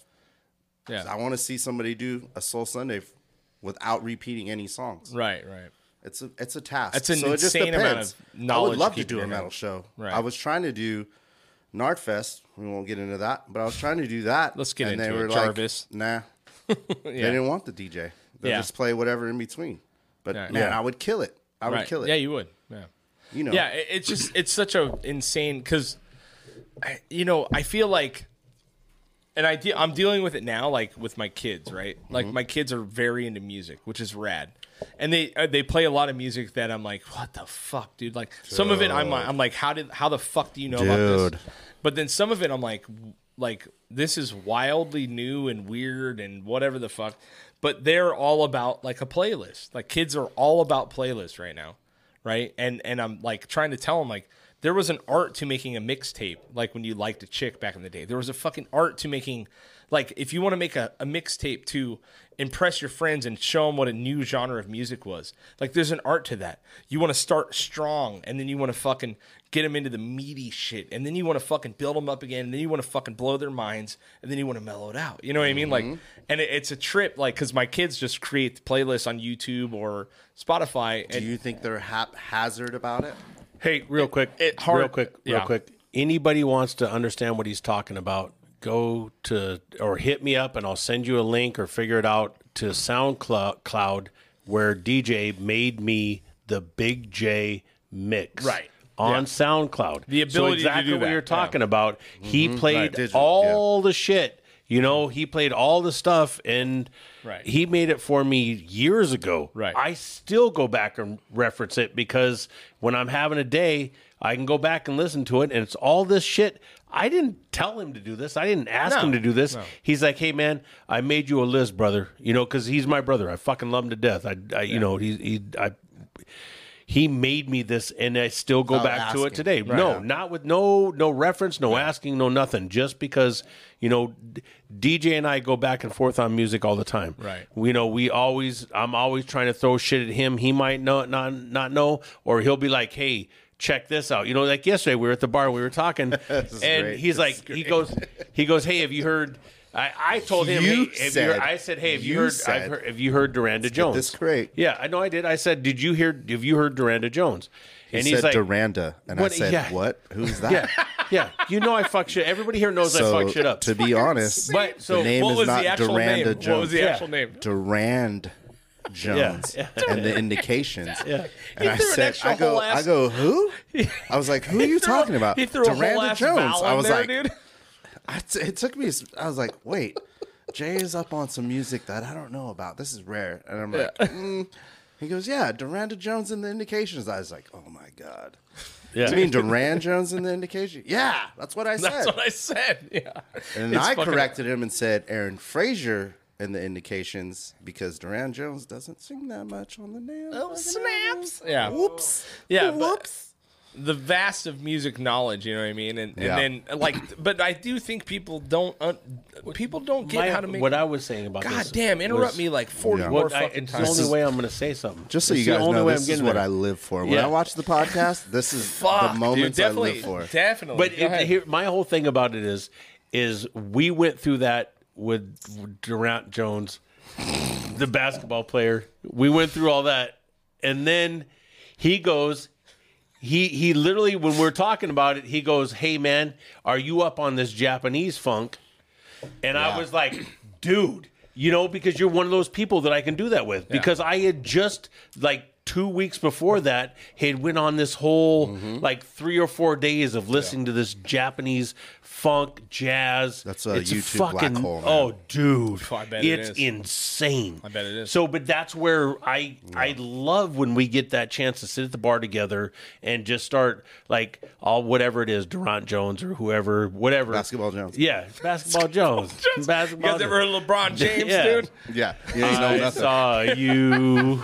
B: I
C: Yeah.
B: want to see somebody do a Soul Sunday f- without repeating any songs.
C: Right. Right.
B: It's a it's a task.
C: That's an
B: so it just
C: insane amount
B: depends.
C: of
B: I
C: knowledge
B: would love to
C: keeping
B: do a
C: in there.
B: metal show.
C: Right.
B: I was trying to do Nardfest. We won't get into that, but I was trying to do that.
C: Let's get
B: and
C: into
B: they
C: it,
B: were
C: Jarvis.
B: Like,
C: *laughs*
B: nah, they
C: Yeah.
B: didn't want the DJ. They
C: Yeah.
B: just play whatever in between. But
C: Yeah.
B: man,
C: Yeah.
B: I would kill it. I would
C: Right.
B: kill it.
C: Yeah. You would. Yeah.
B: you know.
C: Yeah, it- it's just it's such a insane because, you know, I feel like, and I de- I'm dealing with it now, like with my kids, right?
B: Mm-hmm.
C: Like my kids are very into music, which is rad, and they uh, they play a lot of music that I'm like, what the fuck, dude? Like some of it, I'm like, I'm like, how did how the fuck do you know about
B: Dude.
C: this? But then some of it, I'm like, w- like this is wildly new and weird and whatever the fuck. But they're all about like a playlist. Like kids are all about playlists right now, right? And and I'm like trying to tell them like there was an art to making a mixtape. Like when you liked a chick back in the day, there was a fucking art to making. Like if you want to make a, a mixtape to impress your friends and show them what a new genre of music was, like there's an art to that. You want to start strong and then you want to fucking get them into the meaty shit and then you want to fucking build them up again and then you want to fucking blow their minds and then you want to mellow it out you know what i mean like
B: Mm-hmm.
C: and it, it's a trip like because my kids just create playlists on youtube or spotify
B: Do
C: and
B: you think they're haphazard about it?
A: Hey, real quick,
C: it hard-
A: real quick, real
C: yeah.
A: quick. Anybody wants to understand what he's talking about? go to or hit me up and I'll send you a link or figure it out to SoundCloud Cloud, where DJ made me the Big J mix.
C: Right.
A: On
C: Yeah.
A: SoundCloud.
C: The
A: so
C: ability to
A: exactly
C: do
A: what
C: that,
A: you're talking
C: yeah. Mm-hmm.
A: about. He played
B: digital,
A: all the shit. You know, he played all the stuff and
C: Right.
A: he made it for me years ago.
C: Right.
A: I still go back and reference it because when I'm having a day, I can go back and listen to it, and it's all this shit. I didn't tell him to do this. I didn't ask
C: No,
A: him to do this.
C: no.
A: He's like, "Hey, man, I made you a list, brother. You know, because he's my brother. I fucking love him to death. I, I you know, he, he, I, he made me this, and I still go
B: Without
A: back to it
B: asking.
A: today. No, not with no, no reference, no asking, no nothing. Just because you know, D- DJ and I go back and forth on music all the time.
C: Right.
A: You know, we always I'm always trying to throw shit at him. He might not not not know, or he'll be like, "Hey, check this out." You know, like yesterday we were at the bar, we were talking, and
B: great.
A: he's
B: *laughs* This is
A: like, he goes, he goes, "Hey, have you heard?" I, I told him,
B: You
A: hey, have you
B: said-
A: heard- I said, hey, have you,
B: you
A: heard, I've
B: said-
A: heard, have you heard Duranda Jones?
B: this great.
A: Yeah, I know I did. I said, did you hear, have you heard Duranda Jones?
B: He
A: and
B: said
A: he's like,
B: Duranda, and
A: what-
B: I said,
A: yeah.
B: "What?
C: *laughs*
B: Who's
A: *laughs*
B: that?"
A: yeah, yeah, you know I fuck shit. Everybody here knows
B: So
A: I fuck shit up.
C: *laughs*
B: to be honest,
A: but so
B: the name
C: what
B: is
C: was
B: not
C: the actual
B: Duranda
C: name? What was
B: Jones.
C: the
A: Yeah.
C: actual name?
B: Durand Jones and the indications.
A: Yeah.
B: And I
C: threw an
B: said,
C: extra
B: I go,
C: whole ass-
B: I
C: *laughs*
B: go, who? I was like, who are you
C: Threw a-
B: talking about?
C: He threw a whole ass vowel
B: I
C: in
B: was
C: there,
B: like,
C: dude. *laughs*
B: I t- it took me. s- I was like, wait, Jay is up on some music that I don't know about. This is rare. And I'm like, mm. he goes, yeah, Duranda Jones and the Indications. I was like, oh my god.
A: Yeah.
B: You mean Duran Jones and the Indications? Yeah, that's what I said.
C: That's what I said.
B: *laughs*
C: Yeah.
B: And
C: It's
B: I
C: fucking-
B: corrected him and said Aaron Frazier and the indications because Duran Jones doesn't sing that much on the damn.
C: Oh,
B: fucking
C: snaps.
B: album.
C: Yeah.
B: Whoops.
C: Yeah, but-
B: Whoops.
C: the vast of music knowledge, you know what I mean, and, and
B: Yeah.
C: then like, but I do think people don't un- people don't get
A: My-
C: how to make.
A: what I was saying about
C: God
A: this
C: damn, interrupt
A: was-
C: me like forty
B: Yeah.
C: more
A: What I-
C: fucking
A: it's the
C: times.
A: only way I'm going to say something.
B: Just so
A: It's
B: you
A: the
B: guys
A: only
B: know,
A: way
B: this
A: I'm
B: is
A: getting
B: what
A: there.
B: I live for. When
A: Yeah.
B: I watch the podcast, this is
C: *laughs* Fuck,
B: the
C: dude,
B: moments I
C: definitely,
B: live for.
C: definitely.
A: But
C: Go
A: it,
C: ahead.
A: here, my whole thing about it is, is we went through that with, with Durant Jones, the basketball player. We went through all that, and then he goes, he he literally when we're talking about it, he goes, "Hey man, are you up on this Japanese funk?" And I was like, *clears throat* "Dude." You know, because you're one of those people that I can do that with. Because I had just like two weeks before that had went on this whole like three or four days of listening to this Japanese funk jazz.
B: That's a YouTube black hole, man.
A: Oh, dude,
C: I bet it
A: it's
C: is.
A: insane. I
C: bet it is.
A: So, but that's where I I love when we get that chance to sit at the bar together and just start like all whatever it is, Durant Jones or whoever, whatever
B: Basketball Jones.
A: Yeah, basketball
C: *laughs*
A: Jones.
C: you
A: Basketball.
C: guys ever heard of LeBron James,
A: Yeah.
C: dude?
B: Yeah, *laughs* you ain't know
A: I
B: nothing.
A: saw you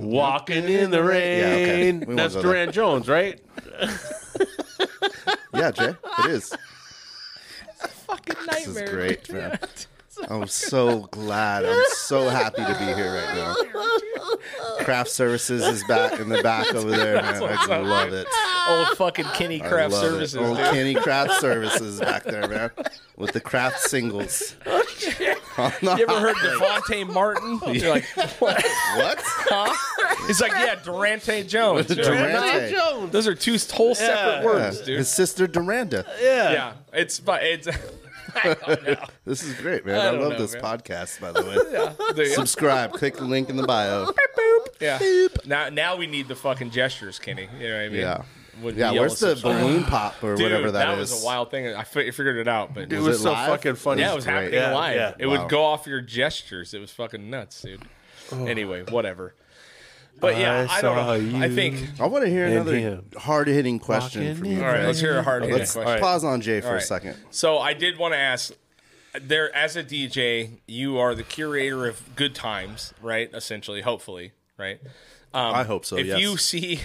A: walking in the rain.
B: Yeah, okay. We won't
A: That's
B: go there.
A: Durant Jones, right?
B: Yeah, Jay,
C: *laughs*
B: it is.
C: Fucking nightmare.
B: This
C: *laughs*
B: is great, man. I'm so glad. I'm so happy to be here right now. Craft Services is back in the back over there, man.
C: what's
B: I
C: up,
B: love
C: dude.
B: it.
C: Old fucking Kenny *laughs*
B: I
C: Craft
B: love it. Oh.
C: Services,
B: Old
C: dude.
B: Kenny Craft
C: *laughs*
B: Services back there, man, with the craft singles. On the
C: You ever
B: hot-
C: heard
A: *laughs*
C: Devontae Martin? You're like, what?
B: what?
C: Huh? He's like, yeah, Durante Jones.
B: Durante.
A: Jones.
C: Those are two whole separate
A: Yeah.
C: words, dude.
B: His sister Duranda.
A: Yeah.
C: Yeah, it's but it's. *laughs* I don't know.
B: This is great, man.
C: I
B: I,
C: don't
B: love
C: know,
B: this
C: man.
B: podcast, by the
C: *laughs*
B: way.
C: Dude.
B: Subscribe. Click the link in the bio.
C: Yeah. Now, now we need the fucking gestures, Kenny. You know what I mean?
B: Yeah.
C: Would
B: Yeah,
C: yell
B: where's
C: at
B: the
C: some- *sighs*
B: balloon pop or
C: Dude,
B: whatever that is?
C: was a wild thing. I fi- figured it out, but
A: It
B: Was
A: was,
B: it
A: so
B: live?
A: fucking funny.
C: yeah, it was
B: great.
C: happening
A: Yeah,
C: live.
A: yeah.
C: It
B: Wow.
C: would go off your gestures. It was fucking nuts, dude. Anyway, whatever. But yeah,
A: I
C: I, don't know.
A: saw
C: I
A: you.
C: think.
B: I want to hear another
A: him.
B: hard hitting question
A: Walking
B: from you.
A: in
C: All right,
B: Craig.
C: let's hear a hard hitting
B: Oh, Let's
C: question.
B: pause on Jay for
C: All
B: a
C: right.
B: second.
C: So I did want to ask there as a DJ, you are the curator of good times, right? Essentially, hopefully, right? Um,
B: I hope so,
C: If
B: yes. *laughs*
C: you see,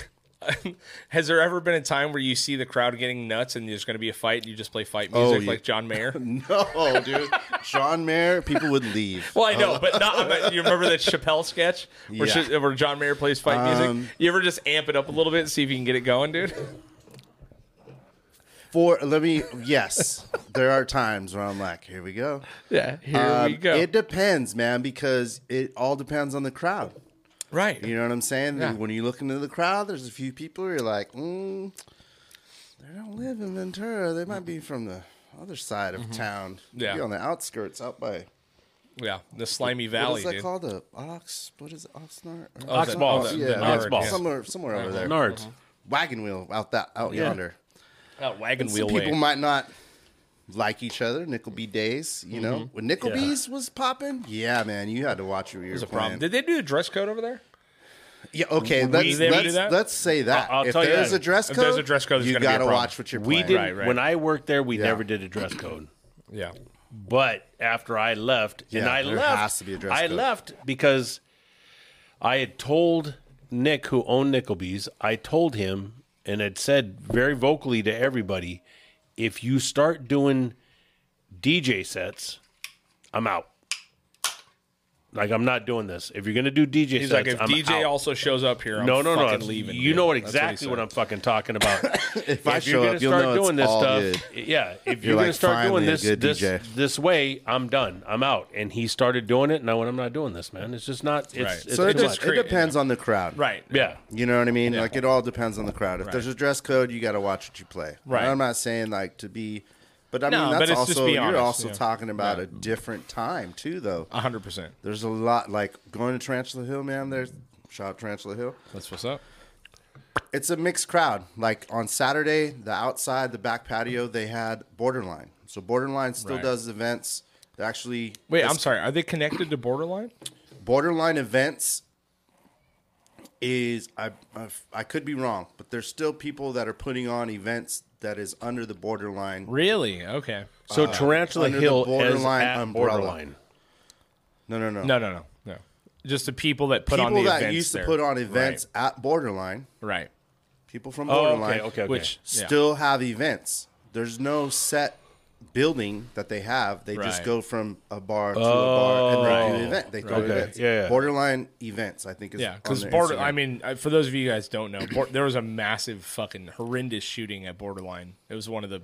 C: *laughs* has there ever been a time where you see the crowd getting nuts and there's going to be a fight? and You just play fight music
B: yeah.
C: like John Mayer.
B: No, dude. John Mayer, people would leave.
C: Well, I know, but not. But you remember that Chappelle sketch where,
B: Yeah.
C: Ch- where John Mayer plays fight
B: Um,
C: music? You ever just amp it up a little bit and see if you can get it going, dude? *laughs*
B: For let me yes, there are times where I'm like, here we go.
C: Yeah, here
B: Um, It depends, man, because it all depends on the crowd.
C: right.
B: You know what I'm saying?
C: Yeah.
B: When you look into the crowd, there's a few people where you're like, mm, they don't live in Ventura. They might be from the other side of town.
C: Mm-hmm. Yeah.
B: Be on the outskirts, out by
C: Yeah, the slimy
B: what
C: valley,
B: is that
C: dude.
B: called? The Ox? What is it? Oxnard?
C: Ox
B: Oxnard?
C: Ball,
B: Ox-
C: the-
B: yeah,
C: the
A: Ox
B: yeah,
A: Ball.
B: Somewhere, somewhere over there.
A: Nards.
B: Wagon wheel out that out
A: Yeah.
B: yonder.
C: That wagon
B: Some
C: wheel
B: people
C: way.
B: might not like each other. Nickleby days, you know,
C: Mm-hmm.
B: when Nickleby's was popping. Yeah, man, you had to watch your.
C: There's a problem. Did they do a dress code over there?
B: Yeah, okay. Let's,
C: there we
B: let's,
C: do that?
B: let's say that.
A: I'll- I'll
B: if
A: tell you
B: there's
A: that.
B: a dress
C: If
B: code,
C: there's a dress code, there's
B: you
C: gonna be a
B: gotta
C: problem.
B: watch what you're
A: We
B: playing.
A: didn't.
C: right.
A: When I worked there, we
B: Yeah.
A: never did a dress code.
C: Yeah.
A: But after I left, and
B: Yeah,
A: I
B: there
A: left,
B: has to be a dress
A: I
B: code.
A: left because I had told Nick, who owned Nickleby's, I told him and had said very vocally to everybody, if you start doing DJ sets, I'm out. Like I'm not doing this. If you're gonna do DJ
C: He's
A: sets,
C: like, if
A: I'm
C: DJ
A: out.
C: also shows up here, I'm
A: no, no, no,
C: fucking leaving.
A: you
C: dude.
A: know what
C: That's he
A: exactly what,
C: said.
A: I'm fucking talking
B: *laughs*
A: about.
B: If I
A: if you're
B: show
A: gonna
B: up, you'll
A: start
B: know
A: doing
B: it's
A: this
B: all
A: stuff,
B: good.
A: yeah. If you're,
B: You're
A: gonna
B: like,
A: start doing
B: "Finally, a
A: this
B: good
A: this
B: DJ.
A: this way, I'm done. I'm out. And he started doing it, and I went, I'm not doing this, man. It's just not. It's,
C: Right.
A: it's
B: So it,
A: too
B: de-
A: much.
B: it depends on the crowd,
C: Right.
A: yeah.
B: You know what I mean? Like it all depends on the crowd. If there's a dress code, you got to watch what you play.
C: Right.
B: And I'm not saying like to be, but I
C: No,
B: mean
C: but
B: that's
C: it's just
B: also
C: be
B: you're
C: honest,
B: also
C: yeah.
B: talking about a different time too, though.
C: 100%.
B: There's a lot like going to Tarantula Hill, man. There's shop Tarantula Hill.
C: That's what's up.
B: It's a mixed crowd. Like on Saturday, the outside, the back patio, they had Borderline. So Borderline still
C: Right.
B: does events. They actually
C: Wait, I'm sorry. Are they connected to Borderline?
B: borderline events is I, I I could be wrong, but there's still people that are putting on events that is under the borderline.
C: Really? Okay.
A: So Tarantula
B: Uh, under the
A: Hill is
B: borderline
A: at
B: umbrella.
A: borderline.
B: No, no, no.
C: No, no, no. No. Just the people that put
B: people
C: on the
B: that
C: events
B: used to
C: there.
B: put on events at borderline,
C: Right. right.
B: people from
A: Oh,
B: borderline,
A: okay, okay, okay.
C: Which yeah.
B: still have events. There's no set building that they have. They just
C: Right.
B: go from a bar to a bar and they do
A: Oh,
B: an event. They throw
A: right. Okay,
B: events.
A: yeah, yeah.
B: Borderline events, I think is
C: Yeah,
B: on
C: because
B: their
C: border.
B: Instagram.
C: I mean, I- for those of you guys don't know, Bor- there was a massive, fucking horrendous shooting at Borderline. It was one of the,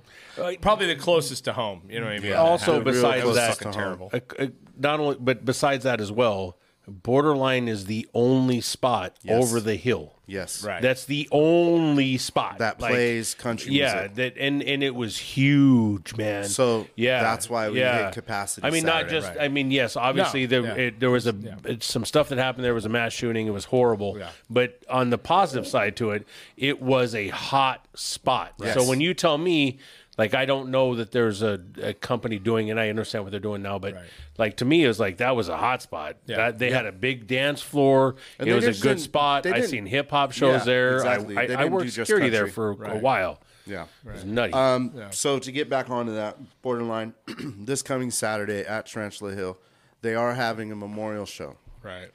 C: probably the closest to home. You know what I mean?
A: Also,
C: That happened.
A: besides
C: It was
A: that-
C: fucking terrible.
A: Uh, uh, not only, but besides that as well, borderline is the only spot
B: Yes.
A: over the hill.
B: yes,
C: Right.
A: That's the only spot
B: That
A: Like,
B: plays country
A: Yeah,
B: music.
A: that and and it was huge, man.
B: So,
A: yeah,
B: that's why we hit capacity
A: I mean, not
B: Saturday.
A: just. I mean, yes, obviously there
C: No, yeah.
A: it, there was a it- some stuff that happened. There was a mass shooting. It was horrible.
C: Yeah.
A: But on the positive side to it, it was a hot spot. So
B: Yes.
A: when you tell me. Like I don't know that there's a, a company doing, and I understand what they're doing now, but
C: Right.
A: like to me, it was like that was a hot spot.
C: Yeah.
A: That they had a big dance floor.
B: And
A: it
B: they
A: was a
B: just
A: good
B: didn't-
A: spot.
B: they
A: I
B: didn't-
A: seen hip hop shows
B: Yeah,
A: there.
B: exactly.
A: I,
B: They
A: I, I
B: didn't
A: worked
B: do just
A: security there
B: country.
A: for a
C: Right.
A: while.
B: yeah.
A: It was nutty.
B: Um, So to get back onto that borderline, *clears throat* this coming Saturday at Tarantula Hill, they are having a memorial show.
C: right.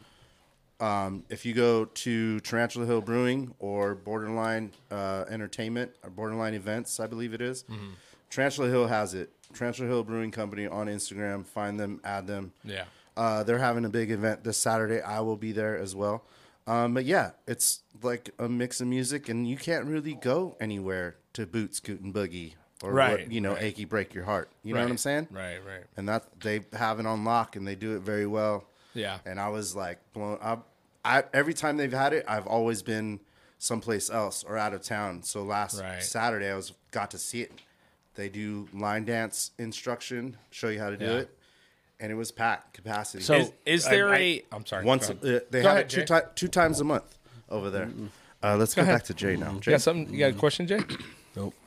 B: If you go to Tarantula Hill Brewing or Borderline uh, Entertainment or Borderline Events, I believe it is,
C: Mm-hmm.
B: Tarantula Hill has it. Tarantula Hill Brewing Company on Instagram. Find them, add them.
C: Yeah.
B: Uh, they're having a big event this Saturday. I will be there as well. Um, but yeah, it's like a mix of music, and you can't really go anywhere to boot, scoot, and boogie, or
C: Right,
B: what, you know, achy break your heart. You know what I'm
C: Right,
B: saying?
C: Right. Right.
B: And that they have it on lock, and they do it very well.
C: Yeah.
B: And I was like blown. I, I every time they've had it, I've always been someplace else or out of town. So last
C: Right.
B: Saturday, I was got to see it. They do line dance instruction, show you how to do
C: Yeah.
B: it, and it was packed capacity.
A: So-
C: Is, is
A: I-
C: there
A: I-
C: a? I, I'm sorry.
B: once
C: go
B: uh,
C: ahead.
B: they
C: Go
B: have
C: ahead,
B: it two,
C: Jay.
B: ti- two times a month over there. Uh, let's go, back to Jay now.
C: You
B: Jay,
C: got something? You got a question, Jay?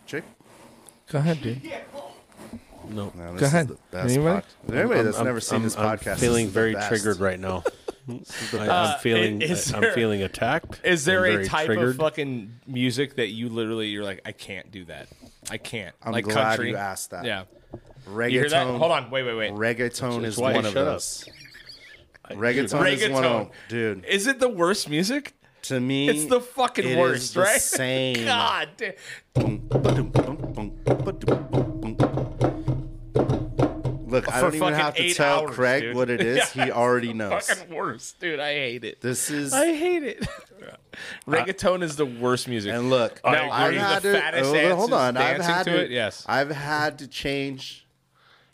B: Jay?
C: Go ahead, dude.
A: no,
B: No, this
C: Go
B: is
C: ahead.
B: the best
C: Anybody?
B: pod- Anybody that's
A: I'm-
B: never seen
A: I'm-
B: this
A: I'm
B: podcast,
A: feeling
B: is the
A: very
B: best.
A: triggered right *laughs* now.
B: This is the
A: I,
B: best.
A: I'm feeling.
C: is
A: I,
C: there-
A: am feeling attacked.
C: Is there
A: I'm
C: a
A: very
C: type
A: triggered.
C: of fucking music that you literally you're like I can't do that. I can't.
B: I'm
C: like
B: glad
C: country.
B: you asked that.
C: Yeah.
B: reggaeton.
C: You hear that? Hold on. Wait. Wait. Wait.
B: Reggaeton is
A: why I
B: one of
A: shut up.
B: those. Reggaeton, is one
C: Reggaeton.
B: of dude.
C: Is it the worst music?
B: to me,
C: It's the fucking
B: it is
C: worst,
B: the
C: right? *laughs*
B: Same.
C: God damn.
B: Look, I
C: For
B: don't even
C: fucking
B: have to
C: eight
B: tell
C: hours,
B: Craig
C: dude.
B: what
C: *laughs*
B: it is. He already knows.
C: Fucking worst, dude. I hate it.
B: This is
C: I hate
B: *laughs*
C: it. Uh, Reggaeton is the worst music.
B: and look.
C: Now,
B: I've
C: are you the
B: had to-
C: fattest
B: oh,
C: asses
B: Hold on, I've
C: dancing
B: had
C: to it? Yes.
B: I've had to change.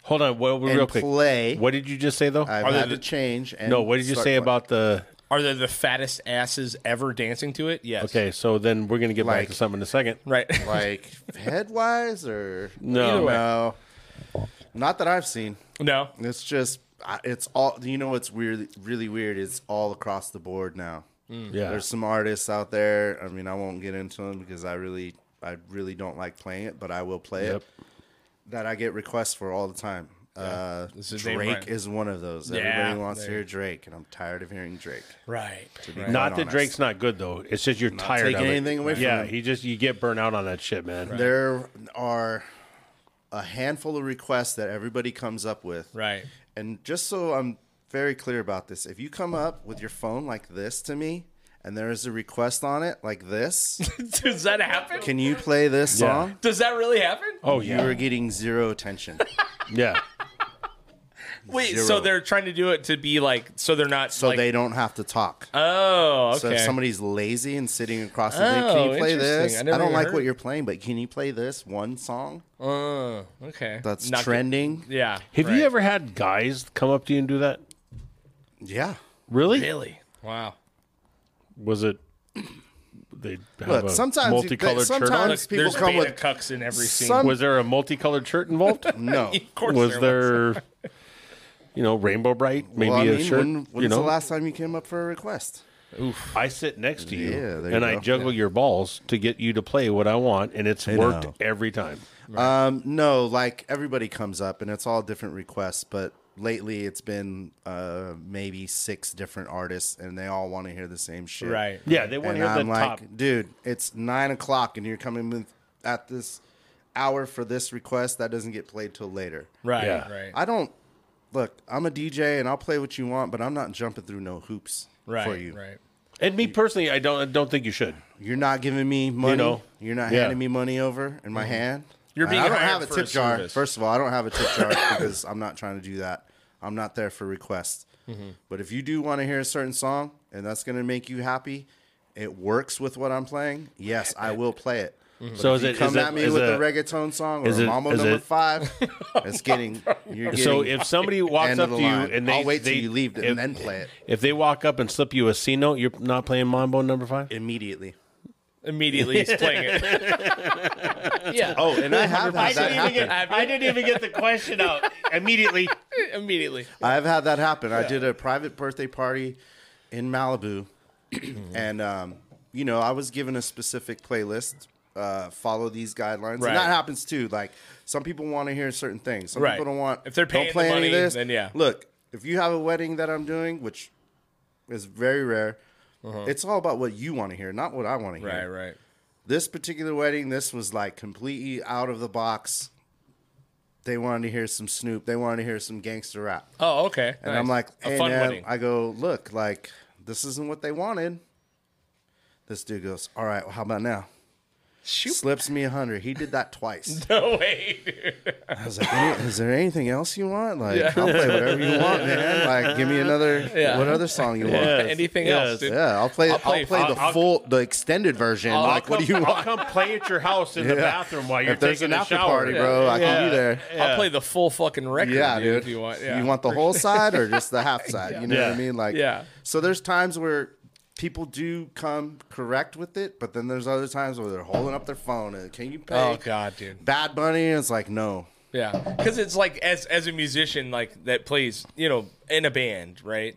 A: Hold on, well, real
B: and
A: quick.
B: play.
A: What did you just say though?
B: I've
C: Are they
B: had
C: the-
B: to change. And
A: no, what did you
B: start
A: say
B: playing.
A: about the?
C: Are they the fattest asses ever dancing to it? Yes.
A: Okay, so then we're gonna get back
B: Like- *laughs*
A: to something in a second.
C: Right.
B: like headwise or
A: No.
C: Either way.
B: no? Not that I've seen.
C: *laughs* No.
B: It's just I- it's all you know. What's weird, really weird, is all across the board now.
A: Mm. Yeah.
B: There's some artists out there. I mean, I won't get into them because I really, I really don't like playing it, but I will play
A: Yep.
B: it. That I get requests for all the time. Uh,
C: This is
B: Drake
C: Abraham.
B: is one of those.
C: Yeah,
B: Everybody wants to
C: there.
B: hear Drake, and I'm tired of hearing Drake.
C: Right.
B: be
A: Not
B: quite
A: that
B: honest.
A: Drake's not good though. It's just you're tired
B: taking
A: of it.
B: anything away from
A: yeah,
B: him.
A: he just you get burnt out on that shit, man.
B: There are a handful of requests that everybody comes up with.
C: Right. *laughs*
B: And just so I'm very clear about this, if you come up with your phone like this to me and there is a request on it
C: *laughs*
B: like this,
C: Does that happen?
B: can you play this
A: Yeah.
B: song?
C: Does that really happen?
A: Oh
B: You
A: yeah,
B: are getting zero attention. *laughs*
A: yeah.
C: Wait, so
B: zero.
C: they're trying to do it to be like so they're not
B: So
C: like,
B: they don't have to talk.
C: Oh, okay.
B: So if somebody's lazy and sitting across the thing, can
C: Oh,
B: you play
C: interesting.
B: this?
C: I
B: I,
C: never
B: don't
C: even
B: like
C: heard
B: what
C: it.
B: you're playing, but can you play this one song
C: oh, okay.
B: that's
C: Not-
B: trending?
C: Yeah.
A: Have
C: right.
A: you ever had guys come up to you and do that?
B: Yeah.
A: Really?
C: Really? Wow.
A: Was it? They have
B: Look,
A: a
B: sometimes you-
A: multicolored shirt on.
B: sometimes-
C: Look,
B: people
C: there's
B: come
C: beta
B: with-
C: cucks in every scene.
B: Some-
A: Was there a multicolored shirt
B: *laughs*
A: involved?
C: *laughs*
B: No.
C: of course
A: was
C: was.
A: there, you know, rainbow bright? Maybe
B: well, I
A: a
B: mean,
A: shirt.
B: when, when's
A: you know,
B: the last time you came up for a request?
A: I sit next to you,
B: Yeah, there you
A: and I
B: go.
A: juggle your balls to get you to play what I want, and it's worked
B: know.
A: every time.
B: Um, no, like everybody comes up and it's all different requests, but lately it's been uh, maybe six different artists and they all want to hear the same shit.
C: Right.
A: Yeah, they want
B: And
A: to hear the
B: I'm
A: top.
B: like, dude, it's nine o'clock and you're coming with, at this hour for this request that doesn't get played till later.
C: Right,
A: Yeah.
C: right.
B: I don't look, I'm a DJ and I'll play what you want, but I'm not jumping through no hoops
C: right,
B: for you.
C: right.
A: And me personally, I don't I don't think you should.
B: You're not giving me money. You
A: know?
B: are not
A: Yeah. Mm-hmm.
B: handing me money over in my hand.
C: You're
B: And
C: being
B: I don't
C: hired
B: have a
C: for
B: tip
C: a
B: jar.
C: service.
B: First of all, I don't have a tip
A: *coughs*
B: jar because I'm not trying to do that. I'm not there for requests.
A: Mm-hmm.
B: But if you do want to hear a certain song and that's going to make you happy, it works with what I'm playing. Yes,
A: *coughs*
B: I will play it. But
A: Mm-hmm. So
B: if
A: is
B: you
A: it-
B: come
A: is it-
B: at me
A: is
B: with
A: it-
B: a reggaeton song or
A: is
B: a
A: it-
B: mambo
A: is
B: number
A: it- *laughs*
B: five? It's getting you're getting
A: So if somebody walks
B: end
A: up
B: of
A: to
B: the
A: you
B: line.
A: and they
B: I'll wait till
A: they-
B: you leave
A: if-
B: and then play
A: *laughs*
B: it
A: If they walk up and slip you a C note, you're not playing Mambo number five.
B: immediately.
C: Immediately he's playing
B: *laughs*
C: it. yeah.
B: Oh, and I have had that happen.
A: I didn't even get the question *laughs* out immediately.
C: *laughs* Immediately.
B: I've had that happen. I did a private birthday party in Malibu, *clears throat* and um, you know, I was given a specific playlist. Uh, follow these guidelines,
C: Right.
B: and that happens too. Like some people want to hear certain things, some
C: Right.
B: people don't want.
C: If they're paying
B: don't
C: the
B: play any
C: money,
B: of this,
C: then yeah.
B: Look, if you have a wedding that I'm doing, which is very rare, it's all about what you want to hear, not what I want to hear
C: Uh-huh. Right, right.
B: this particular wedding, this was like completely out of the box. They wanted to hear some Snoop. They wanted to hear some gangster rap.
C: Oh, okay.
B: And
C: nice.
B: I'm like,
C: a
B: hey,
C: fun
B: man.
C: wedding.
B: I go, look, like, this isn't what they wanted. This dude goes, all right, well, how about now?
C: Shoot.
B: Slips me a hundred. He did that twice.
C: No way, dude.
B: I was like, "Any- is there anything else you want? Like, I'll play whatever you want, man. Like, give me another,
C: Yeah.
B: what other song you want? Yeah,
C: Anything
A: yes.
C: else, dude?
B: I'll play, I'll play,
C: play-
B: the
A: I'll-
B: full, the extended version. like,
A: I'll come,
B: what do you want?
A: I'll come play at your house in the
B: Yeah.
A: bathroom while you're
B: if there's
A: taking
B: an
A: a
B: after
A: shower,
B: party, bro, I can be there.
C: I'll play the full fucking record.
B: Yeah,
C: dude,
B: dude.
C: If you want, yeah.
B: the whole side or just
C: *laughs*
B: the half side? You know
A: Yeah.
B: what I mean? Like,
C: Yeah.
B: So there's times where people do come correct with it, but then there's other times where they're holding up their phone and can you pay?
C: Oh god, dude.
B: Bad Bunny, and it's like no.
C: Yeah, because it's like as as a musician like that plays you know in a band, right?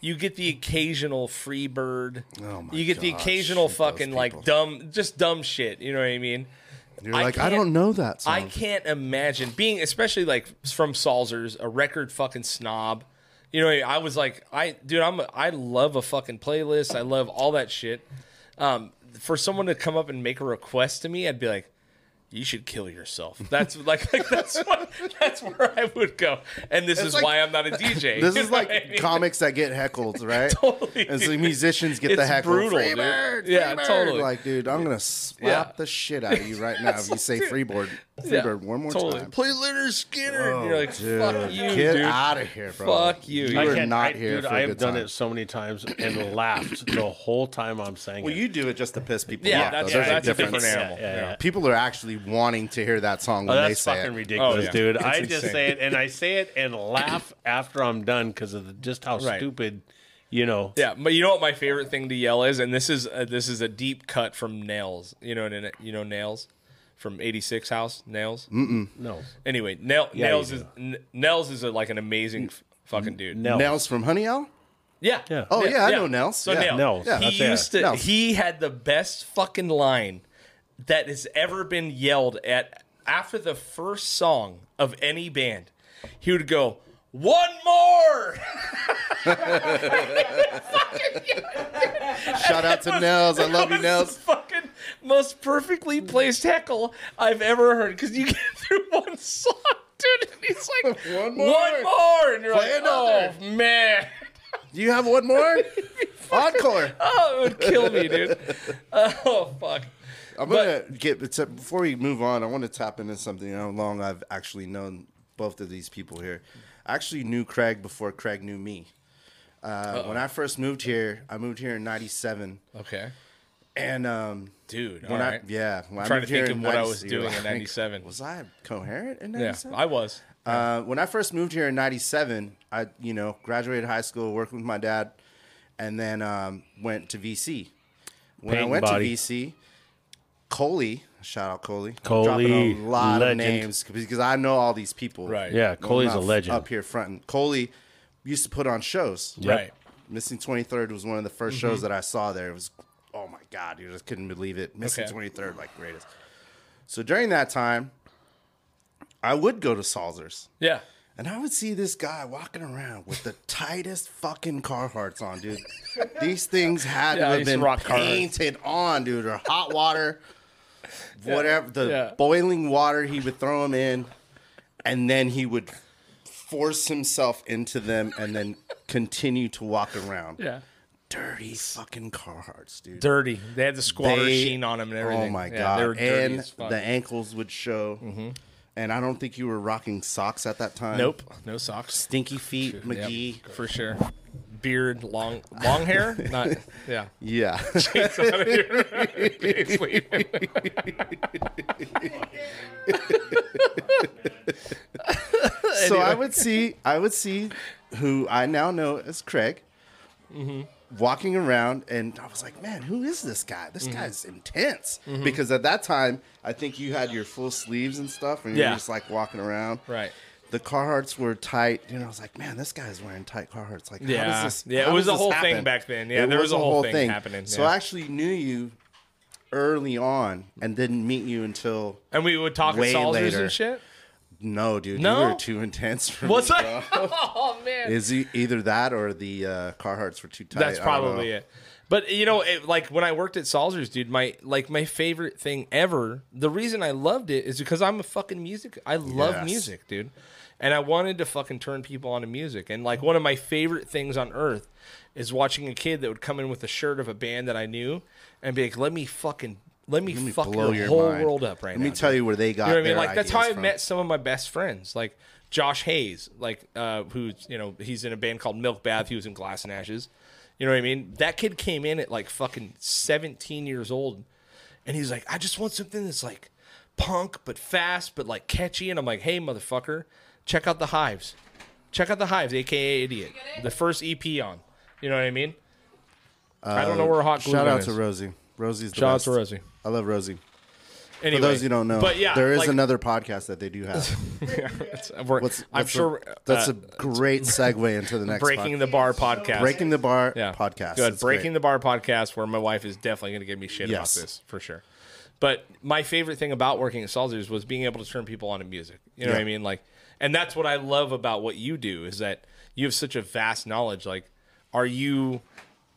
C: You get the occasional free bird.
B: Oh my
C: you get the
B: gosh,
C: occasional
B: those
C: fucking like
B: people.
C: dumb, just dumb shit. You know what I mean?
B: You're
C: I
B: like, I
C: can't-
B: don't know that song.
C: I can't imagine being, especially like from Salzers, a record fucking snob. You know, I was like, I dude, I'm a, I love a fucking playlist. I love all that shit. Um, for someone to come up and make a request to me, I'd be like, you should kill yourself. That's *laughs* like, like that's what that's where I would go. And this is
B: like-
C: why I'm not a DJ.
B: *laughs* This
C: You *laughs*
B: is
C: know
B: like
C: what I mean?
B: comics that
C: *laughs*
B: get heckled, right?
C: Totally,
B: And so
C: dude.
B: musicians get
C: It's
B: the heckle.
C: brutal, dude.
B: Freebird,
C: Yeah,
B: Freebird.
C: totally.
B: Like, dude, I'm gonna slap the shit out of you right now if
C: *laughs*
B: you say Freebird,
C: Yeah,
B: Freebird one more
C: totally.
B: time. Oh,
C: Play Leonard Skinner. and you're like, fuck
B: Dude,
C: you,
B: get
C: dude.
B: out of here, bro.
C: Fuck you.
B: You
C: I
B: are
A: can't-
B: not
A: I,
B: here
A: dude,
B: for a
A: I have
B: good
A: done
B: time.
A: it so many times and laughed the whole time I'm saying
B: Well,
A: it.
B: you do it just to piss people
C: Yeah,
B: off. though.
C: that's-
B: There's
C: that's
B: a
C: a different
B: difference.
C: animal.
A: Yeah, yeah, yeah.
B: People are actually wanting to hear that song
A: Oh,
B: when they
A: that's
B: say
A: fucking
B: it.
A: ridiculous,
C: Oh, yeah.
A: dude.
C: It's
A: I
C: insane.
A: just say it, and I say it and laugh after I'm done because of the, just how
C: Right.
A: stupid, you know.
C: Yeah, but you know what my favorite thing to yell is, and this is a, this is a deep cut from Nails. You know, and you know Nails from '86 House Nails?
A: No.
C: Anyway, Nail,
A: Mm. Yeah,
C: Nails
A: you
C: is N- Nels is a, like an amazing f- fucking dude.
A: Nels.
B: Nels from
C: *laughs*
B: Honey Owl?
C: Yeah.
A: Yeah.
B: Oh, yeah, I know Nels.
C: So Nels.
B: Yeah.
A: Nels. Yeah, that's
C: he
A: it.
C: used to.
B: Nels.
C: He had the best fucking line that has ever been yelled at after the first song of any band. He would go, "One more." *laughs*
B: Shout out to Nels. I love you,
C: was
B: Nels.
C: *laughs* The fucking most perfectly placed heckle I've ever heard because you *laughs* get through one song, dude, and he's like,
B: *laughs* One more.
C: one more," and you're
B: Play
C: like,
B: another.
C: "Oh man." *laughs*
B: Do you have one more? Encore.
C: Oh, it would kill me, dude.
B: *laughs*
C: Oh fuck.
B: I'm gonna get except before we move on. I want to tap into something. How long I've actually known both of these people here. I actually knew Craig before Craig knew me. Uh, when I first moved here, I moved here in '97,
C: Okay,
B: and um,
C: dude. All
B: when I
C: right.
B: yeah, when I
C: trying to
B: moved here
C: think of
B: in
C: what I
B: 90
C: was doing in
B: like,
C: '97.
B: Was I coherent in
C: Yeah,
B: '97?
C: I was.
B: Uh, when I first moved here in '97, I you know graduated high school, worked with my dad, and then um, went to VC. When I
A: Paint
B: went
A: body.
B: to VC, Coley, shout out Coley,
A: Coley,
B: dropping a lot
A: legend.
B: of names because I know all these people.
C: Right.
A: Yeah,
B: Well,
A: Coley's
B: not
A: a
B: f-
A: legend.
B: up here front. And Coley used to put on shows.
A: Yep.
C: Right.
B: Missing Twenty Third was one of the 1st
A: Mm-hmm.
B: shows that I saw there. It was, oh my god, dude, I just couldn't believe it. Missing
C: Okay.
B: Twenty Third, like greatest. So during that time, I would go to Salzer's.
C: Yeah.
B: And I would see this guy walking around with the tightest fucking Carhartts on, dude. These things had
C: Yeah, I
B: to have
C: used to
B: been
C: rock Carhartt.
B: painted on, dude, or hot water, whatever the
C: *laughs* yeah.
B: boiling water he would throw them in, and then he would force himself into them and then continue to walk around.
C: Yeah.
B: Dirty fucking Carhartts, dude.
C: Dirty. They had the squatter
B: They-
C: sheen on them and everything.
B: Oh my
C: Yeah,
B: god!
C: They were dirty
B: and
C: as fuck. Mm-hmm.
B: the ankles would show. And I don't think you were rocking socks at that time.
C: nope. No socks.
B: Stinky feet,
C: Yep,
B: McGee.
C: for sure. Beard, long, *laughs* long hair. Not. *laughs* Yeah.
B: *laughs* Yeah. so I would see I would see who I now know as Craig
C: Mm-hmm.
B: walking around and I was like, man, who is this guy? This
C: Mm-hmm.
B: guy's intense. Because at that time, I think you had your full sleeves and stuff and
C: Yeah.
B: you're just like walking around.
C: Right.
B: The Carhartts were tight, and I was like, "Man, this guy's wearing tight Carhartts." Like,
C: Yeah.
B: how does this?
C: Yeah, it
B: how
C: was
B: does
C: a
B: this
C: whole
B: happen?
C: thing back then. Yeah, there was a whole thing happening,
B: So
C: yeah.
B: I actually knew you early on, and didn't meet you until
C: And we would talk
B: Way
C: at Salzer's
B: later.
C: and shit.
B: no, dude.
C: No?
B: You were too intense for
C: What's
B: me.
C: that? *laughs* Oh man.
B: Is he either that or the uh, Carhartts were too tight?
C: That's probably it. But you know, it, like when I worked at Salzer's, dude, my like my favorite thing ever. The reason I loved it is because I'm a fucking music. I love
B: Yes.
C: music, dude, and I wanted to fucking turn people on to music. And like one of my favorite things on earth is watching a kid that would come in with a shirt of a band that I knew and be like, "Let me fucking, let me, fuck
B: blow
C: your,
B: your
C: whole
B: mind.
C: world up right
B: Let
C: now."
B: me
C: dude."
B: tell you where they got.
C: You know what I mean?
B: their
C: Like that's how
B: ideas
C: I
B: from.
C: met some of my best friends, like Josh Hayes, like uh, who's you know he's in a band called Milk Bath. He was in Glass and Ashes. You know what I mean? That kid came in at like fucking seventeen years old, and he's like, I just want something that's like punk but fast but like catchy. And I'm like, Hey, motherfucker, check out the Hives. Check out the Hives, aka Idiot, the first EP on. You know what I mean? I don't know where hot glue
B: Uh, Shout
C: Gun
B: out
C: is.
B: to Rosie. Rosie's the
C: Shout out
B: best.
C: to Rosie.
B: I love Rosie. For
C: Anyway,
B: those you don't know,
C: but yeah,
B: there is
C: like,
B: another podcast that they
C: *laughs*
B: do have.
C: it's- we're-
B: What's-
C: I'm
B: what's
C: sure
B: a- that's
C: uh,
B: a great segue into the next
C: Breaking
B: pod-
C: the Bar podcast.
B: breaking the bar
C: yeah.
B: podcast.
C: Good.
B: It's
C: Breaking
B: great.
C: the Bar podcast, where my wife is definitely going to give me shit
B: Yes.
C: about this for sure. But my favorite thing about working at Salzer's was being able to turn people on to music. You know what I
B: Yeah.
C: mean? Like, and that's what I love about what you do is that you have such a vast knowledge. Like, are you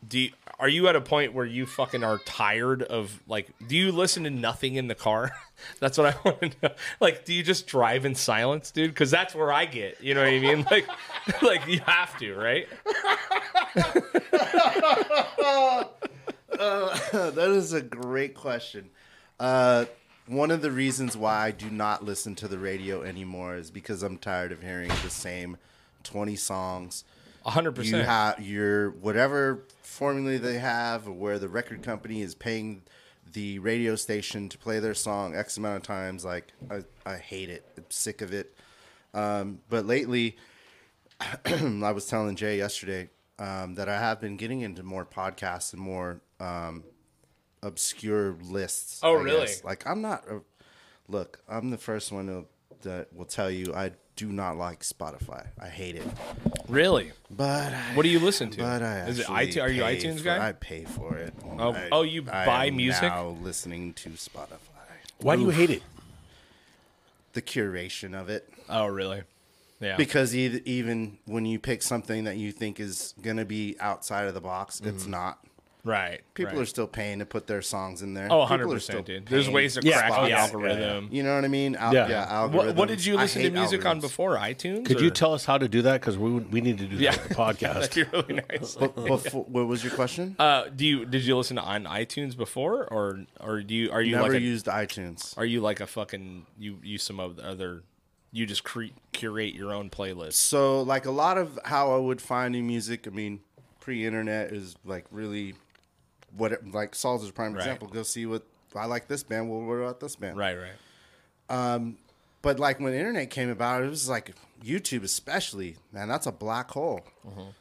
C: do you- are you at a point where you fucking are tired of like do you listen to nothing in the car *laughs* that's what i want to know like do you just drive in silence dude because that's where i get you know what i mean *laughs* like like you have to right
B: *laughs* that is a great question. Uh, one of the reasons why I do not listen to the radio anymore is because I'm tired of hearing the same 20 songs.
C: 100%
B: You have your whatever formula they have, or where the record company is paying the radio station to play their song X amount of times. Like, I, I hate it. I'm sick of it. Um, but lately, *clears throat* I was telling Jay yesterday um, that I have been getting into more podcasts and more um, obscure lists.
C: Oh,
B: I
C: really?
B: guess. Like I'm not. A, Look, I'm the first one to, that will tell you I do not like Spotify. I hate it.
C: Really?
B: But I,
C: What do you listen to?
B: But I
C: Is it
B: actually
C: iTunes- are you
B: pay
C: iTunes
B: for-
C: guy?
B: I pay for it.
C: Oh,
B: I-
C: oh, you
B: I
C: buy
B: am
C: music?
B: Now listening to Spotify,
A: Why do you hate it?
B: the curation of it.
C: Oh, really? Yeah.
B: because e- even when you pick something that you think is going to be outside of the box, it's not.
C: right.
B: People
C: Mm-hmm. right.
B: are still paying to put their songs in there.
C: Oh,
B: People are
C: 100 percent,
B: still
C: dude. There's
B: paying
C: ways to
A: Yeah,
C: crack
B: Spotify.
C: the algorithm.
B: You know what I mean? Al-
A: Yeah.
B: yeah.
C: What, what did you
B: algorithms. I
C: listen to
B: hate
C: music on
B: algorithms.
C: before iTunes?
A: Could
C: or-
A: you
C: *laughs*
A: tell us how to do that? Because we would- we need to do
C: Yeah.
A: that for the
C: *laughs*
A: podcast.
C: That'd be really nice.
B: But before, what was your question?
C: Uh, do you did you listen to on iTunes before, or or do you are you
B: Never
C: like a,
B: used iTunes.
C: are you like a fucking you use some of the other you just cre- curate your own playlist?
B: So, like a lot of how I would find new music, I mean, pre-internet is like really what it, like Saul's is a prime
C: Right.
B: example. Go see what I like this band. Well, what about this band?
C: Right, right.
B: But like when the internet came about, it was like YouTube, especially man, that's a black hole.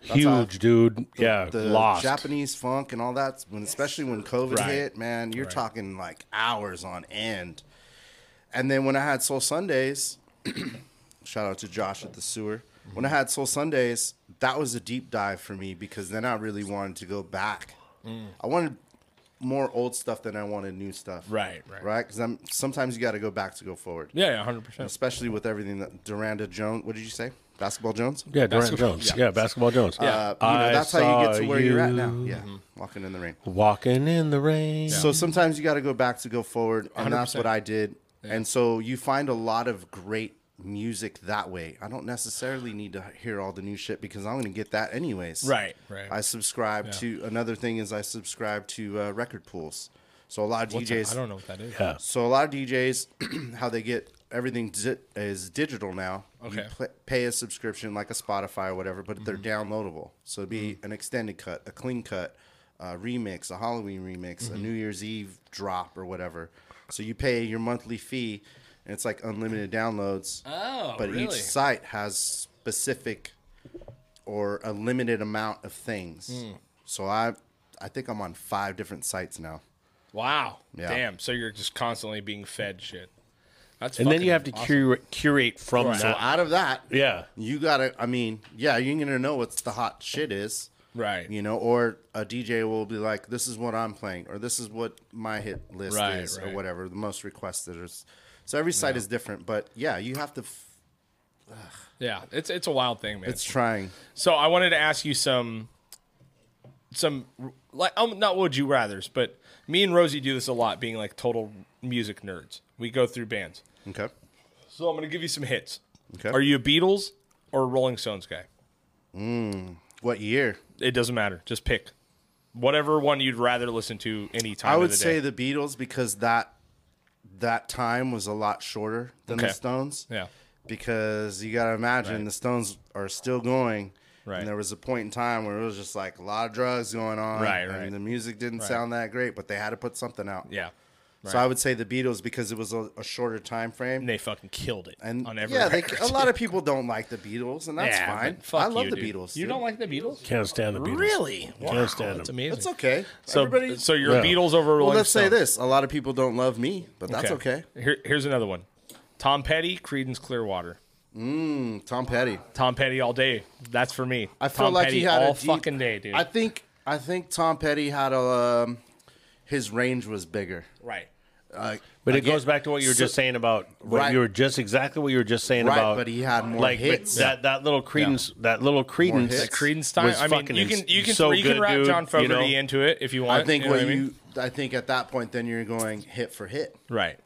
A: Huge, dude. Yeah,
B: The
A: lost.
B: Japanese funk and all that, when especially when COVID
C: Right.
B: hit, man, you're talking like hours on end. And then when I had Soul Sundays, *clears throat* shout out to Josh at the sewer.
C: Mm-hmm.
B: When I had Soul Sundays, that was a deep dive for me because then I really wanted to go back.
C: Mm.
B: I wanted more old stuff than I wanted new stuff.
C: Right, right.
B: Right? Because I'm sometimes you got to go back to go forward
C: Yeah, yeah, hundred percent.
B: especially with everything that Duranda Jones. What did you say? Basketball Jones.
A: yeah, Durant
C: basketball-
A: Jones.
C: yeah.
A: Yeah, basketball Jones. Yeah,
B: Uh, you know, that's how you get to where you're at now. Yeah,
C: Mm-hmm.
B: walking in the rain.
A: Walking in the rain.
B: So sometimes you got to go back to go forward, and that's
C: 100%.
B: what I did. And so you find a lot of great music that way. I don't necessarily need to hear all the new shit because I'm going to get that anyways.
C: Right, right.
B: I subscribe to another thing is I subscribe to uh, record pools. So a lot of DJs.
C: I don't know what that is.
A: Yeah.
B: So a lot of DJs, *clears throat* how they get everything di- is digital now. You
C: Okay.
B: pl- pay a subscription like a Spotify or whatever, but they're
C: Mm-hmm.
B: downloadable. So it'd be an extended cut, a clean cut, a remix, a Halloween remix,
C: Mm-hmm.
B: a New Year's Eve drop or whatever. So you pay your monthly fee, and it's like unlimited downloads.
C: Oh,
B: but
C: really?
B: each site has specific or a limited amount of things.
C: Mm.
B: So I, I think I'm on five different sites now.
C: Wow.
B: Yeah.
C: Damn. So you're just constantly being fed shit. That's
A: and then
C: fucking
A: you have to
C: awesome.
A: curate, curate from
C: Right.
A: that.
B: So out of that,
A: yeah.
B: you gotta i mean yeah you're gonna know what's the hot shit is
C: Right.
B: you know or a dj will be like this is what i'm playing or this is what my hit list
C: Right,
B: is
C: right.
B: or whatever the most requested or s- so every site is different but yeah you have to f-
C: Yeah, it's it's a wild thing, man.
B: it's trying
C: So I wanted to ask you some, some like um, not would you rather's, but me and Rosie do this a lot, being like total music nerds. We go through bands.
B: okay
C: So I'm gonna give you some hits.
B: Okay.
C: Are you a Beatles or a Rolling Stones guy?
B: what year
C: It doesn't matter. Just pick whatever one you'd rather listen to any time.
B: i
C: of
B: would
C: the
B: say
C: day.
B: the beatles because that that time was a lot shorter than
C: Okay.
B: the stones
C: yeah,
B: because you got to imagine the Stones are still going.
C: Right.
B: And there was a point in time where it was just like a lot of drugs going on.
C: Right,
B: And
C: right.
B: the music didn't sound that great, but they had to put something out.
C: yeah.
B: So I would say the Beatles because it was a, a shorter time frame.
C: And they fucking killed it
B: and
C: on every
B: yeah, they,
C: record.
B: a lot of people don't like the Beatles, and that's
C: Yeah, but
B: fine.
C: fuck
B: I love
C: you,
B: the
C: dude.
B: Beatles.
C: You
B: dude.
C: don't like the Beatles?
A: Can't stand the Beatles.
C: Really?
A: Can't stand
C: That's
A: them.
C: amazing.
B: It's okay.
C: So,
B: Everybody.
C: so you're
A: Yeah.
C: Beatles over Rolling
B: well, let's say
C: Stones.
B: this: a lot of people don't love me, but that's okay.
C: Here, here's another one. Tom Petty, Creedence Clearwater.
B: Tom Petty.
C: Tom Petty all day. That's for me.
B: I feel
C: Tom
B: like
C: Petty
B: he had
C: all
B: a deep-
C: fucking day, dude.
B: I think I think Tom Petty had a um, his range was bigger.
C: right.
B: Like,
A: But it goes back to what you were
B: so-
A: just saying about what
B: Right.
A: you were just exactly what you were just saying
B: Right,
A: about.
B: but he had more
A: like but
B: hits.
A: that that little credence that little credence
B: hits. That
C: Creedence time.
A: was
C: I mean,
A: fucking
C: you can
A: ins-
C: you can
A: so
C: you can
A: good,
C: wrap
A: dude,
C: John
A: you know?
C: Fogerty into it if you want.
B: I think
C: you know
B: what
C: what I mean?
B: you, I think at that point, then you're going hit for hit.
C: right.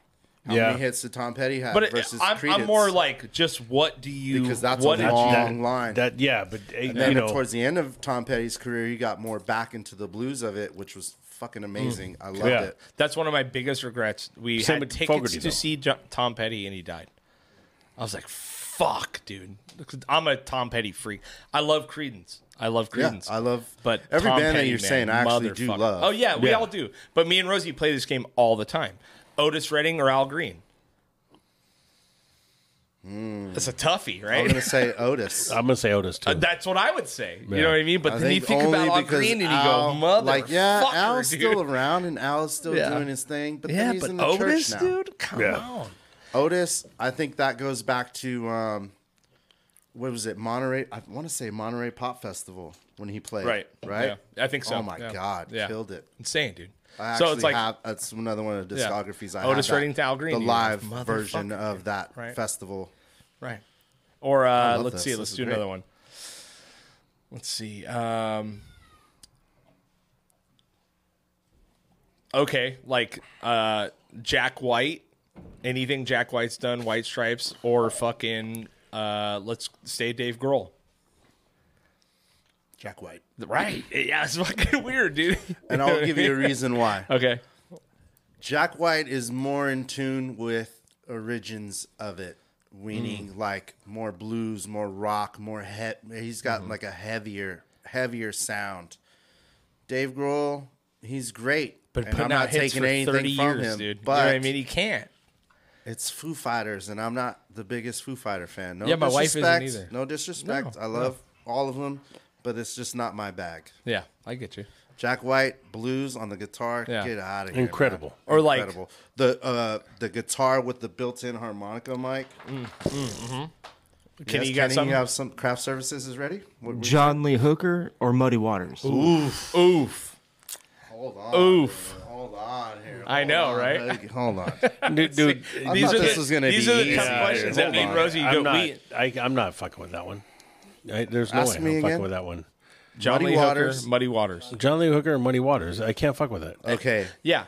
B: How
A: Yeah.
B: many hits did Tom Petty have
C: But it,
B: versus
C: I'm, I'm
B: Creedence?
C: more like just what do you
B: Because that's
C: what
B: a
C: did you-
B: long-
A: that,
B: line.
A: that yeah, but uh,
B: And then
A: you know
B: towards the end of Tom Petty's career, he got more back into the blues of it, which was fucking amazing. I loved
A: Mm. Yeah.
B: it.
C: That's one of my biggest regrets. We
A: Same
C: had
A: with
C: tickets
A: Fogerty,
C: to
A: though.
C: see jo- Tom Petty, and he died. I was like, "Fuck, dude!" I'm a Tom Petty freak. I love Credence. I love Credence.
B: I love-
C: but
B: every
C: Tom
B: band that
C: Petty,
B: you're
C: man,
B: saying, I actually do
C: motherfucker.
B: love.
C: Oh yeah, we
A: Yeah.
C: all do. But me and Rosie play this game all the time. Otis Redding or Al Green. That's a toughie,
B: Hmm. I'm
C: right?
B: gonna say
A: *laughs*
B: Otis.
A: I'm gonna say Otis too.
C: *laughs* That's what I would say. You
A: Yeah.
C: know what I mean? But
B: I
C: then you think
B: only
C: about Al
B: because
C: Green and you
B: Al-
C: go, "Mother,
B: like yeah, Al's
C: dude.
B: still around and Al's still
C: Yeah.
B: doing his thing, but
C: Yeah,
B: then he's
C: but
B: in the
C: Otis,
B: church now.
C: dude, come
A: Yeah.
C: on.
B: Otis, I think that goes back to um, what was it? Monterey. I want to say Monterey Pop Festival when he played.
C: Right.
B: Right.
C: Yeah. I think so.
B: Oh my
C: Yeah.
B: god,
C: Yeah.
B: killed it.
C: Insane, dude.
B: I
C: so
B: actually
C: it's like
B: have, that's another one of the
C: Yeah.
B: discographies I
C: Otis
B: have that-
C: Redding to Al Green,
B: the
C: you
B: live
C: motherfucker.
B: version of that
C: Right.
B: festival.
C: Right. Or uh,
B: love
C: let's
B: this.
C: see.
B: This
C: Let's
B: is
C: do
B: great.
C: another one. Let's see. Um, okay, like uh, Jack White. Anything Jack White's done, White Stripes, or fucking uh, let's say Dave Grohl.
B: Jack White.
C: Right. *laughs* Yeah, it's fucking weird, dude.
B: And I'll give you a reason
C: *laughs*
B: why.
C: okay.
B: Jack White is more in tune with origins of it, meaning
C: Mm.
B: like more blues, more rock, more he- he's got
C: Mm-hmm.
B: like a heavier, heavier sound. Dave Grohl, he's great,
C: But
B: and
C: putting
B: I'm
C: out
B: not
C: hits
B: taking
C: for
B: anything
C: 30
B: from
C: years,
B: him.
C: dude. You know
B: But
C: what I mean, he can't.
B: it's Foo Fighters, and I'm not the biggest Foo Fighter fan. No
C: Yeah, my wife isn't
B: disrespect,
C: either.
B: No disrespect.
C: No,
B: I love all of them, but it's just not my bag.
C: Yeah, I get you.
B: Jack White blues on the guitar.
C: Yeah.
B: Get out of here.
A: Incredible.
B: man.
C: Or like-
B: the uh the guitar with the built-in harmonica mic.
C: Can
B: Yes,
C: mm, mm-hmm. you got
B: Kenny,
C: something?
B: have some craft services is ready? What we-
E: John Lee Hooker or Muddy Waters?
C: Oof.
B: hold on.
C: Oof.
B: man. Hold on here.
C: I
B: Hold
C: know,
B: on.
C: right?
B: Like, Hold
C: *laughs*
A: *laughs*
B: on.
A: dude, dude
B: I thought this was gonna
C: these
B: be
C: are the tough
B: easy.
C: questions
B: Yeah,
C: that
B: hold
C: made
B: on.
C: Rosie
A: I'm
C: go.
A: not,
C: we,
A: I, I'm not fucking with that one. I, there's no
B: Ask
A: way
B: me
A: I'm
B: again.
A: fucking with that one.
C: John
B: Muddy
C: Lee Hooker,
B: Waters.
C: Muddy Waters.
A: John Lee Hooker and Muddy Waters. I can't fuck with it.
C: *laughs*
B: Okay.
C: Yeah,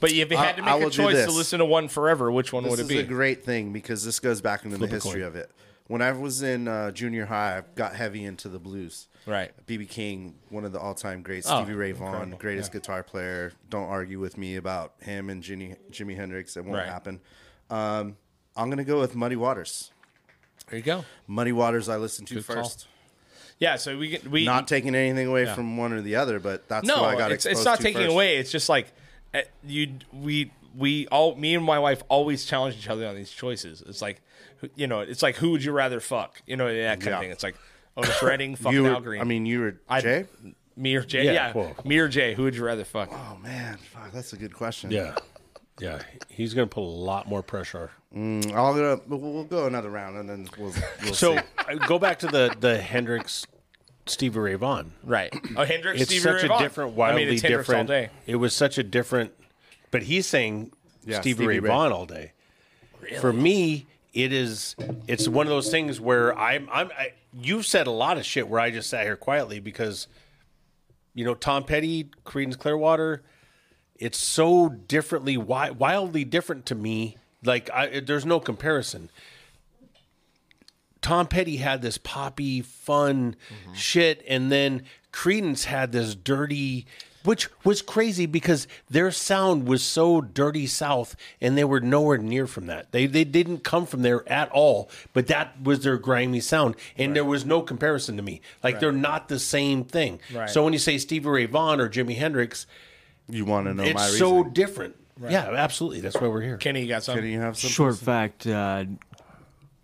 C: but if you had to
B: I- I
C: make a
B: will do
C: choice to
B: this.
C: listen to one forever, which one would
B: This
C: it
B: is
C: be?
B: a great thing because this goes back into the history of it. When I was in uh, junior high, I got heavy into the blues.
C: Right.
B: BB King, one of the all-time greats,
C: Oh,
B: Stevie Ray Vaughan,
C: incredible.
B: greatest guitar player. Don't argue with me about him and Jimi, Jimi Hendrix. It won't
C: Right.
B: happen. Um, I'm gonna go with Muddy Waters.
C: there you go.
B: Muddy Waters, I listened to
C: Good call.
B: first.
C: Yeah, so we get we
B: Not taking anything away from one or the other, but that's
C: no,
B: what I got
C: it's it's
B: exposed
C: not
B: to
C: taking
B: first.
C: away. It's just like eh, you we we all me and my wife always challenge each other on these choices. It's like who- you know, it's like who would you rather fuck? You know that kind
B: Yeah.
C: of thing. It's like oh,
B: *laughs*
C: Otis Redding, fuck
B: You
C: Al
B: were,
C: Green.
B: I mean, you were
C: I-
B: Jay.
C: me or Jay?
A: Yeah,
C: Yeah,
A: well-
C: me or Jay? Who would you rather fuck?
B: Oh man, fuck, that's a good question.
A: Yeah. Yeah. He's going to put a lot more pressure.
B: I'll go. We'll, we'll go another round, and then we'll.
C: *laughs*
A: *laughs*
B: we'll
A: So
B: see.
A: I go back to the, the Hendrix, Stevie Ray Vaughan.
C: Right. Oh, Hendrix,
A: It's
C: Stevie
A: such
C: Ray
A: a
C: Vaughan.
A: different, wildly
C: I mean, it's Hendrix
A: different.
C: all day.
A: It was such a different, but he's saying Stevie,
B: Stevie
A: Ray
B: Ray.
A: Vaughan all day. For me, it is. It's one of those things where I'm. I'm. I, you've said a lot of shit where I just sat here quietly because, you know, Tom Petty, Creedence Clearwater, it's so differently, wi- wildly different to me. Like I, there's no comparison. Tom Petty had this poppy fun shit, and then Credence had this dirty, which was crazy because their sound was so dirty South, and they were nowhere near from that. They they didn't come from there at all, but that was their grimy sound, and there was no comparison to me. Like they're not the same thing.
C: Right.
A: So when you say Stevie Ray Vaughan or Jimi Hendrix,
B: you want to know my
A: it's
B: reason?
A: so different. Yeah, absolutely. That's why we're here.
C: Kenny, you got something?
B: Can you have some?
E: Short fact, uh,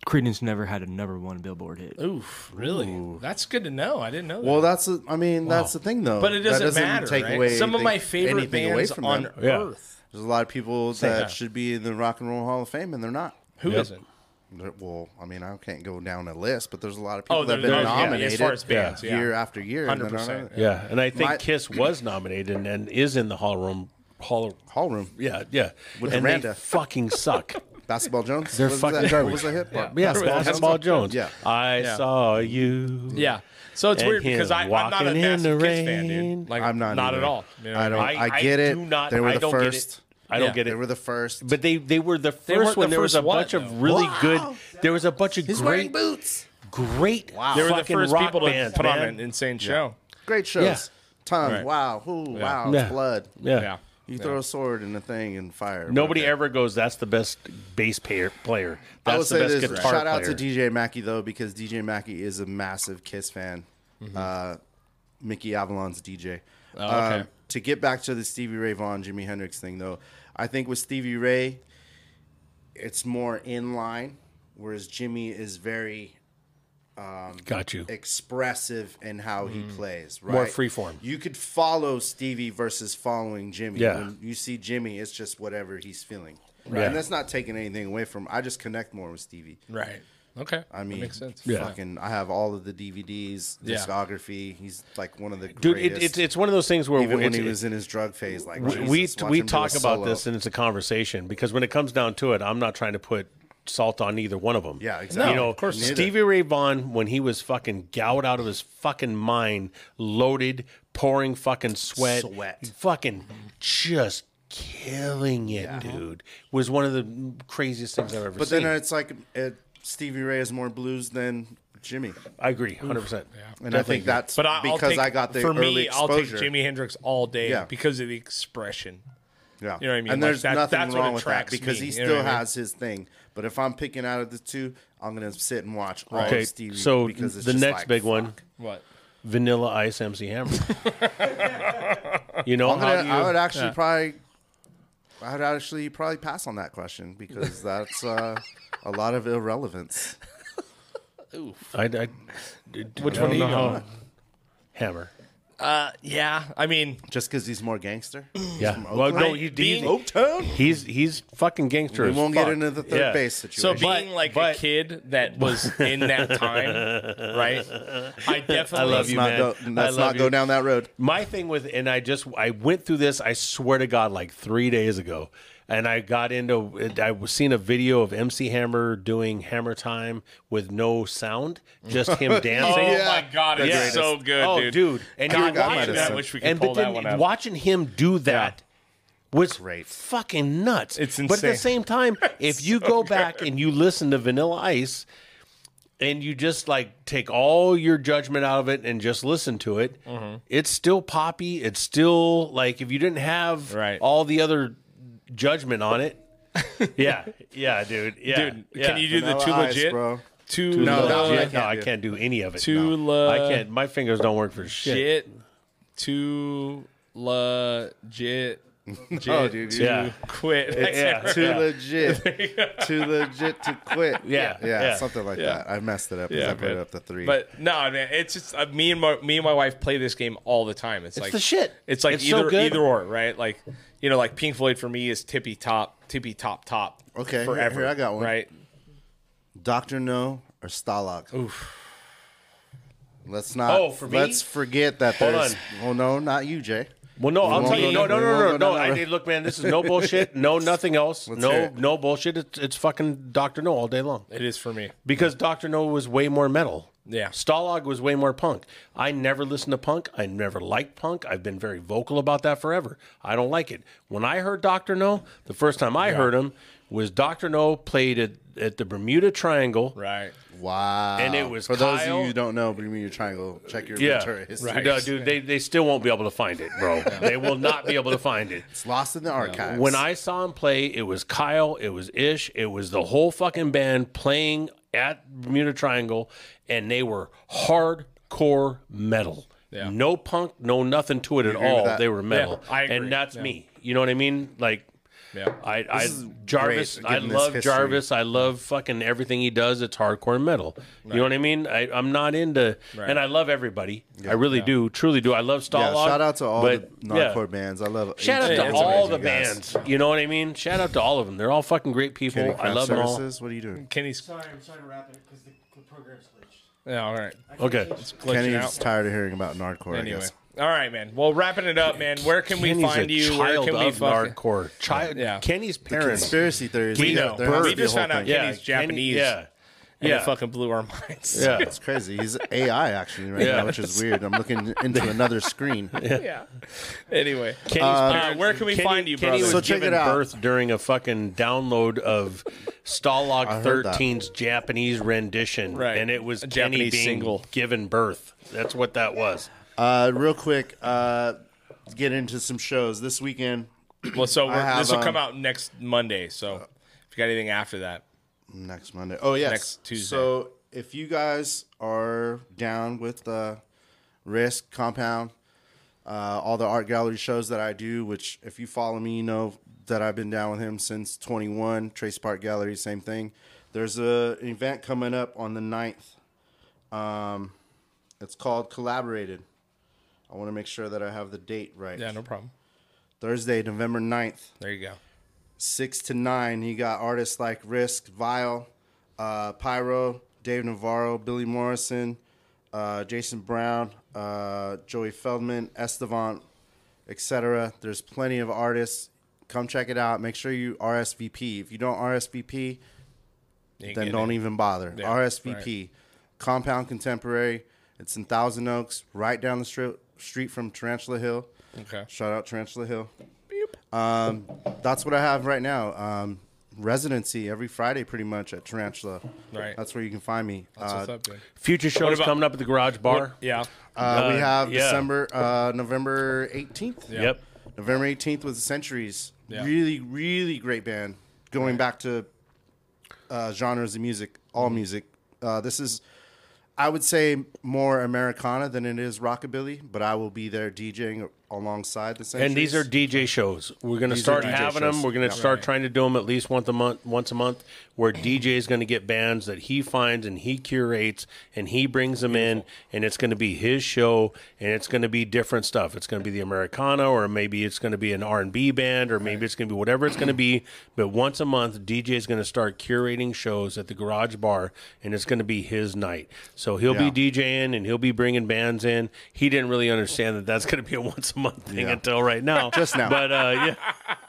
E: Credence never had a number one Billboard hit.
C: Oof, really? That's good to know. I didn't know that.
B: Well, that's a, I mean that's the thing though.
C: but it
B: That
C: doesn't, matter.
B: Take
C: right?
B: away
C: Some of
B: anything-
C: my favorite
B: anything away
C: bands
B: from
C: on
B: them.
A: Yeah.
C: earth.
B: There's a lot of people that
C: Yeah.
B: should be in the Rock and Roll Hall of Fame and they're not.
C: Who
A: Yep.
C: not
B: They're- well, I I mean I can't go down a list, but there's a lot of people
C: Oh,
B: that've
C: there-
B: been
C: there- yeah,
B: nominated
C: as far as bands, yeah.
B: year after year. and they're not
C: 100%,
B: in it.
A: Yeah, and I think
B: My-
A: Kiss was nominated and, and is in the Hall Room Hall.
B: Hall room.
A: Yeah, yeah.
B: With
A: and
B: Miranda.
A: they fucking
B: *laughs*
A: suck.
B: Basketball Jones.
A: They're
B: what was
A: fucking
B: that?
A: garbage.
B: What *laughs* was the hit part?
A: yeah,
C: Basketball
A: Basketball, Jones.
B: Yeah.
A: I
C: Yeah.
A: saw you.
C: Yeah. So it's
A: And
C: weird because
A: him
C: I, I'm not a
A: walking in
C: massive
A: the
C: Kiss fan,
A: rain.
C: dude. Like
B: I'm not.
C: Not
B: either.
C: at all. You know what
B: I don't.
C: mean?
B: I, get it.
A: do not.
B: they were
A: I
B: the
A: don't
B: first.
A: Get it. I don't
C: Yeah.
A: get it.
B: They were the first.
A: but they they were the
C: weren't
A: first one.
C: the
A: there was
C: first
A: a
C: one,
A: bunch of
C: though.
A: really
B: Wow.
A: good. There was a bunch of
B: he's wearing
A: great,
B: boots.
A: great
C: They were the
A: fucking
C: first
A: rock
C: people
A: bands,
C: to put on
A: man.
C: an insane show.
B: Great shows.
A: Yeah.
B: Tongue.
C: Right.
B: Wow. Ooh, Wow.
A: Yeah.
B: It's blood.
A: Yeah.
C: Yeah.
B: You throw a sword in a thing and fire.
A: Nobody
B: Okay.
A: ever goes. That's the best bass payer, player.
B: I will
A: That's the
B: say
A: best
B: this.
A: guitar
B: Shout out
A: player.
B: to DJ Mackey though, because DJ Mackey is a massive Kiss fan.
A: Mm-hmm.
B: Uh, Mickey Avalon's DJ.
A: Oh,
C: okay.
B: Um, to get back to the Stevie Ray Vaughan, Jimi Hendrix thing though, I think with Stevie Ray, it's more in line, whereas Jimmy is very
A: Got you.
B: expressive in how he plays. Right?
A: Mm. More freeform.
B: You could follow Stevie versus following Jimmy.
A: Yeah.
B: When you see Jimmy, it's just whatever he's feeling.
A: Yeah.
B: And that's not taking anything away from. I just connect more with Stevie.
C: Right. Okay.
B: I mean,
C: makes sense.
A: Yeah.
B: fucking, I have all of the DVDs,
C: Yeah.
B: discography. He's like one of the
A: dude. It,
B: greatest.
A: it's it's one of those things where
B: even when
A: it's-
B: he was in his drug phase, like
A: we- we
B: Jesus, watch
A: we
B: him do a
A: talk about
B: solo.
A: this and it's a conversation because when it comes down to it, I'm not trying to put salt on either one of them.
B: Yeah, exactly.
A: You know,
B: Of course not.
A: Stevie Ray Vaughan when he was fucking gouged out of his fucking mind, loaded, pouring fucking sweat,
B: Sweat.
A: fucking just killing it, dude, was one of the craziest things I've ever
B: But
A: seen.
B: then it's like uh, Stevie Ray is more blues than Jimmy,
A: I agree, hundred percent.
B: and I think that's
C: But I,
B: because
C: I'll take,
B: I got the
C: for
B: early
C: me. I'll
B: exposure.
C: take Jimi Hendrix all day
B: Yeah.
C: because of the expression.
B: Yeah,
C: You know what I mean?
B: And
C: Like,
B: there's
C: that-
B: nothing
C: that's what
B: wrong with that
C: attracts
B: because
C: me,
B: he
C: you know
B: still
C: what I mean?
B: has his thing. But if I'm picking out of the two, I'm gonna sit and watch all
A: Okay,
B: of Stevie.
A: so
B: because it's
A: the
B: just
A: next
B: like,
A: big one,
B: fuck.
C: What?
A: Vanilla Ice, MC
B: *laughs*
A: Hammer. you know,
B: I'm
A: how
B: gonna,
A: do you,
B: I would actually probably, I would actually probably pass on that question
A: *laughs*
B: because that's uh, a lot of irrelevance.
A: I'd- I'd-
C: Which one are you
A: know
C: going?
A: how-
C: with?
A: Hammer.
C: Uh, yeah. I mean,
B: Just because he's more gangster,
A: Yeah. Well, no,
C: Right?
A: he,
C: Being-
A: he's, he's he's fucking gangster.
B: *clears throat* we
A: as
B: won't
A: fuck.
B: get into the third
A: Yeah.
B: base
C: So
B: situation.
C: being like
A: but-
C: a kid that was
A: *laughs*
C: in that time, right? I definitely.
A: love
B: let's
A: you,
B: not
A: man.
B: go,
A: I love
B: let's not go
A: you.
B: down that road.
A: My thing with and I just I went through this. I swear to God, like three days ago, and I got into I was seeing a video of MC Hammer doing Hammer Time with no sound, just
B: *laughs*
A: him
C: Oh
A: dancing.
C: my god, it's
A: Yeah.
C: so good,
A: oh,
C: dude.
A: And
C: God,
A: you're
B: God,
A: watching
B: Madison.
A: that,
C: I wish we could
A: and
C: pull
A: but
C: that
A: then
C: one out.
A: watching him do that was
B: Great.
A: fucking nuts.
C: It's
A: But at the
C: insane.
A: same
C: *laughs*
A: time, if you go back and you listen to Vanilla Ice, and you just like take all your judgment out of it and just listen to it,
C: Mm-hmm.
A: it's still poppy. It's still like if you didn't have
C: Right.
A: all the other judgment on
C: *laughs*
A: it. yeah, yeah, dude. Yeah,
C: Dude,
A: yeah.
C: can you do the
B: Vanilla
C: too
B: Ice,
C: legit?
B: bro.
C: Too,
A: no,
B: No, that
C: legit.
B: one I
A: no, I
B: can't
A: can't do any of it.
C: Too
A: No.
C: le-
A: I can't. My fingers don't work for shit.
C: Jit. Too legit. Jit.
B: Oh, dude,
C: to
A: yeah.
C: quit.
A: *laughs* *laughs* Yeah.
B: Too legit, too legit to quit.
A: *laughs* Yeah,
B: yeah,
A: yeah.
B: something like
C: Yeah.
B: that. I messed it up.
C: *laughs*
B: 'cause
C: Yeah,
B: I put
C: but-
B: up the three.
C: But no, man, it's just uh, me and my me and my wife play this game all the time. It's, like
A: the shit.
C: It's like
A: It's so
C: either
A: good.
C: either or, right? Like you know, like Pink Floyd for me is tippy top, tippy top top.
B: Okay, here-
C: forever.
B: here I got one.
C: Right,
B: Doctor No or Stalag. Oof. Let's not.
A: Oh, for me?
B: Let's forget that
A: Hold
B: there's.
A: on.
B: Well, no, not you, Jay.
A: Well, no, I'll
B: won't
A: tell you. No, no, no,
B: go down- we
A: no, no,
B: won't go
A: no.
B: down
A: I
B: that
A: did. Look, man, this is no *laughs* bullshit. No, nothing else.
B: Let's hear
A: no,
B: it.
A: no bullshit. It's, it's fucking Doctor No all day long.
C: it is for me.
A: Because Doctor No was way more metal.
C: Yeah.
A: Stalag was way more punk. I never listened to punk. I never liked punk. I've been very vocal about that forever. I don't like it. When I heard Doctor No, the first time I heard him was Doctor No played at, at the Bermuda Triangle.
C: Right.
B: Wow.
A: And it was
B: for those of
A: Kyle-
B: you who don't know Bermuda Triangle. Check your
A: Yeah,
B: Ventura history.
A: right. No, dude, they, they still won't be able to find it, bro. They will not be able to find it.
B: It's lost in the archives.
A: When I saw him play, it was Kyle, it was Ish, it was the whole fucking band playing at Bermuda Triangle, and they were hardcore metal.
C: Yeah.
A: No punk, no nothing to it at
B: agree with
A: all.
B: that?
A: They were metal,
C: Yeah, I agree.
A: and that's
C: Yeah.
A: me. You know what I mean? Like,
C: Yeah.
A: I, I
B: is
A: Jarvis,
B: great,
A: I
B: given this
A: love
B: history.
A: Jarvis. I love fucking everything he does. It's hardcore metal. You know what I mean? I, I'm not into, and I love everybody. I really do, truly do. I love
B: yeah,
A: Stalag.
B: shout out to all
A: but-
B: the
A: yeah.
B: non-core bands. I love.
A: Shout out
C: Yeah,
A: to
C: it's
A: all the
B: amazing, guys.
A: bands. You know what I mean? Shout out to all of them. They're all fucking great people.
B: Kenny
A: I
B: Craft
A: love them
B: Services. What are you doing?
C: Kenny's.
F: Sorry, I'm trying to wrap it because the, the program's glitched.
C: Yeah, all right.
A: all. Okay.
C: It's glitching
B: Kenny's
C: out.
B: tired of hearing about nardcore. I
C: Anyway.
B: guess.
C: All right, man. Well, wrapping it up, man. Where can we
A: Kenny's
C: find
A: a
C: you? Where
A: child
C: can we
A: of
C: fucking?
A: hardcore. Child.
C: Yeah.
A: Kenny's parents.
B: Conspiracy theories.
A: We
B: yeah,
A: know.
B: there has
A: We
B: to be a
C: just
B: whole
C: found out
B: thing.
A: Yeah.
C: Kenny's Japanese.
A: yeah.
C: And
A: Yeah.
C: it fucking blew our minds.
A: Yeah.
B: It's crazy. He's AI actually right
A: Yeah.
B: now, which is weird. I'm looking into
A: *laughs*
B: another screen.
C: *laughs* yeah. Anyway, Uh,
A: Kenny's parents-
C: where can we
A: Uh, Kenny-
C: find you,
A: Kenny
C: brother?
A: was
B: So check
A: given
B: it out.
A: birth during a fucking download of Stalag
B: heard that.
A: 13's Japanese rendition,
C: Right.
A: and it was
C: A
A: Kenny
C: Japanese
A: being
C: single.
A: given birth. That's what that was.
B: Uh, real quick, uh, get into some shows this weekend.
C: Well, so we're,
B: have,
C: this will come
B: um,
C: out next Monday. So if you got anything after that,
B: Next Monday. Oh yes,
C: Next Tuesday.
B: So if you guys are down with the Risk Compound, uh, all the art gallery shows that I do, which if you follow me, you know that I've been down with him since 21. Trace Park Gallery, same thing. There's a an event coming up on the 9th. Um, it's called Collaborated. I want to make sure that I have the date right.
C: yeah, no problem.
B: Thursday, November 9th.
C: There you go.
B: Six to nine, he got artists like Risk, Vile, uh, Pyro, Dave Navarro, Billy Morrison, uh, Jason Brown, uh, Joey Feldman, Estevan, etc. There's plenty of artists. Come check it out. Make sure you RSVP. If you don't RSVP, then don't even bother.
C: Yeah,
B: RSVP, Compound Contemporary. It's in Thousand Oaks, right down the stri- street from Tarantula Hill.
C: Okay.
B: Shout out Tarantula Hill. Um, that's what I have right now. Um, residency every Friday, pretty much at Tarantula.
C: Right.
B: That's where you can find me.
C: What's
B: Uh,
C: up, dude?
A: Future shows
C: about-
A: coming up at the Garage Bar.
C: Yeah.
B: uh, we
A: Uh,
B: have
A: yeah.
B: December, uh, November eighteenth.
A: Yep.
B: November eighteenth was the Centuries.
C: Yeah.
B: Really, really great band. Going back to uh, genres of music, all music. Uh, this is, I would say, more Americana than it is rockabilly. But I will be there DJing alongside the Centuries.
A: And these are DJ shows. We're going to
B: are
A: start
B: DJ
A: having
B: shows.
A: them. We're going to start trying to do them at least once a month. Once a month, where DJ is going to get bands that he finds and he curates and he brings them in, and it's going to be his show, and it's going to be different stuff. It's going to be the Americana, or maybe it's going to be an R and B band, or maybe it's going to be whatever it's going to be. But once a month, DJ is going to start curating shows at the Garage Bar, and it's going to be his night. So he'll
B: Yeah.
A: be DJing and he'll be bringing bands in. He didn't really understand that that's going to be a once a month thing
B: Yeah.
A: until right now.
B: *laughs* Just now.
A: But uh,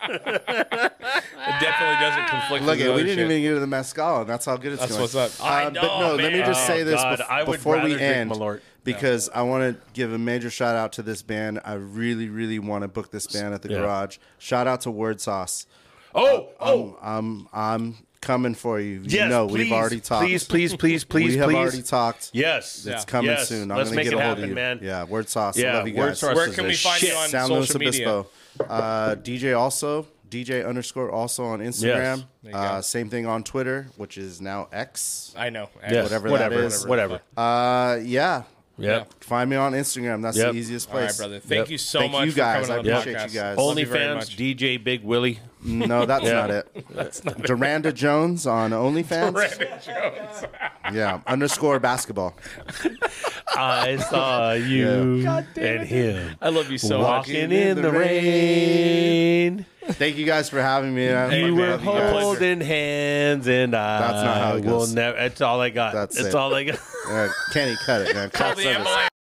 A: yeah,
C: It definitely doesn't conflict
B: Look,
C: with
B: we
C: other
B: didn't
C: shit.
B: even get to the mezcal, and that's how good it's
C: That's
B: going.
C: what's up.
B: Uh,
C: I
B: but
C: know,
B: no, let me
C: man.
B: just say this
A: Oh, God,
B: bef-
A: I would
B: before we
A: rather drink
B: end,
A: Malort.
B: because I want to give a major shout out to this band. I really, really want to book this band at the
A: Yeah.
B: garage. Shout out to Word Sauce.
A: Oh, oh,
B: I'm, I'm coming for you. You
A: yes.
B: know,
A: please,
B: we've already talked.
A: Please, please, please, please,
B: we have
A: please.
B: already talked.
A: Yes,
B: It's coming
A: Yes.
B: soon. I'm
A: Let's
B: gonna
A: make
B: get
A: it
B: a hold
A: happen,
B: of you.
A: man.
B: Yeah, word sauce. I
A: Yeah,
B: love you
A: Word
B: guys.
A: Sauce
C: Where
A: is
C: can
A: the
C: we find you
A: shit.
C: on
B: San Luis
C: social media?
B: Obispo. Uh, DJ also DJ underscore also on Instagram.
C: There you go.
B: Uh, same thing on Twitter, which is now X.
C: I know.
A: Yes, whatever,
B: Whatever that
A: whatever,
B: is.
A: whatever.
B: Uh, yeah.
A: Yeah.
B: Find me on Instagram. That's
A: Yep.
B: the easiest
C: All
B: place.
C: right, brother. Thank
A: Yep.
C: you so
B: Thank
C: much
B: you
C: for
B: guys.
C: coming
B: I
C: on the
B: appreciate
C: podcast.
B: you guys.
C: Love you very
A: OnlyFans,
C: much.
A: DJ Big Willie.
B: No,
C: *laughs*
B: that's not it. Duranda Jones on OnlyFans. yeah. Underscore basketball. *laughs*
A: I saw you and him
C: I love you so much.
A: walking in the rain.
B: Thank you guys for having me. I
A: We
B: love
A: were
B: you guys.
A: holding hands, and I
B: That's not how it
A: will
B: goes.
A: never. That's all I got.
B: That's
A: That's
B: it. *laughs*
A: all I got.
B: All right, Kenny, cut it, man. Call
C: the ambulance.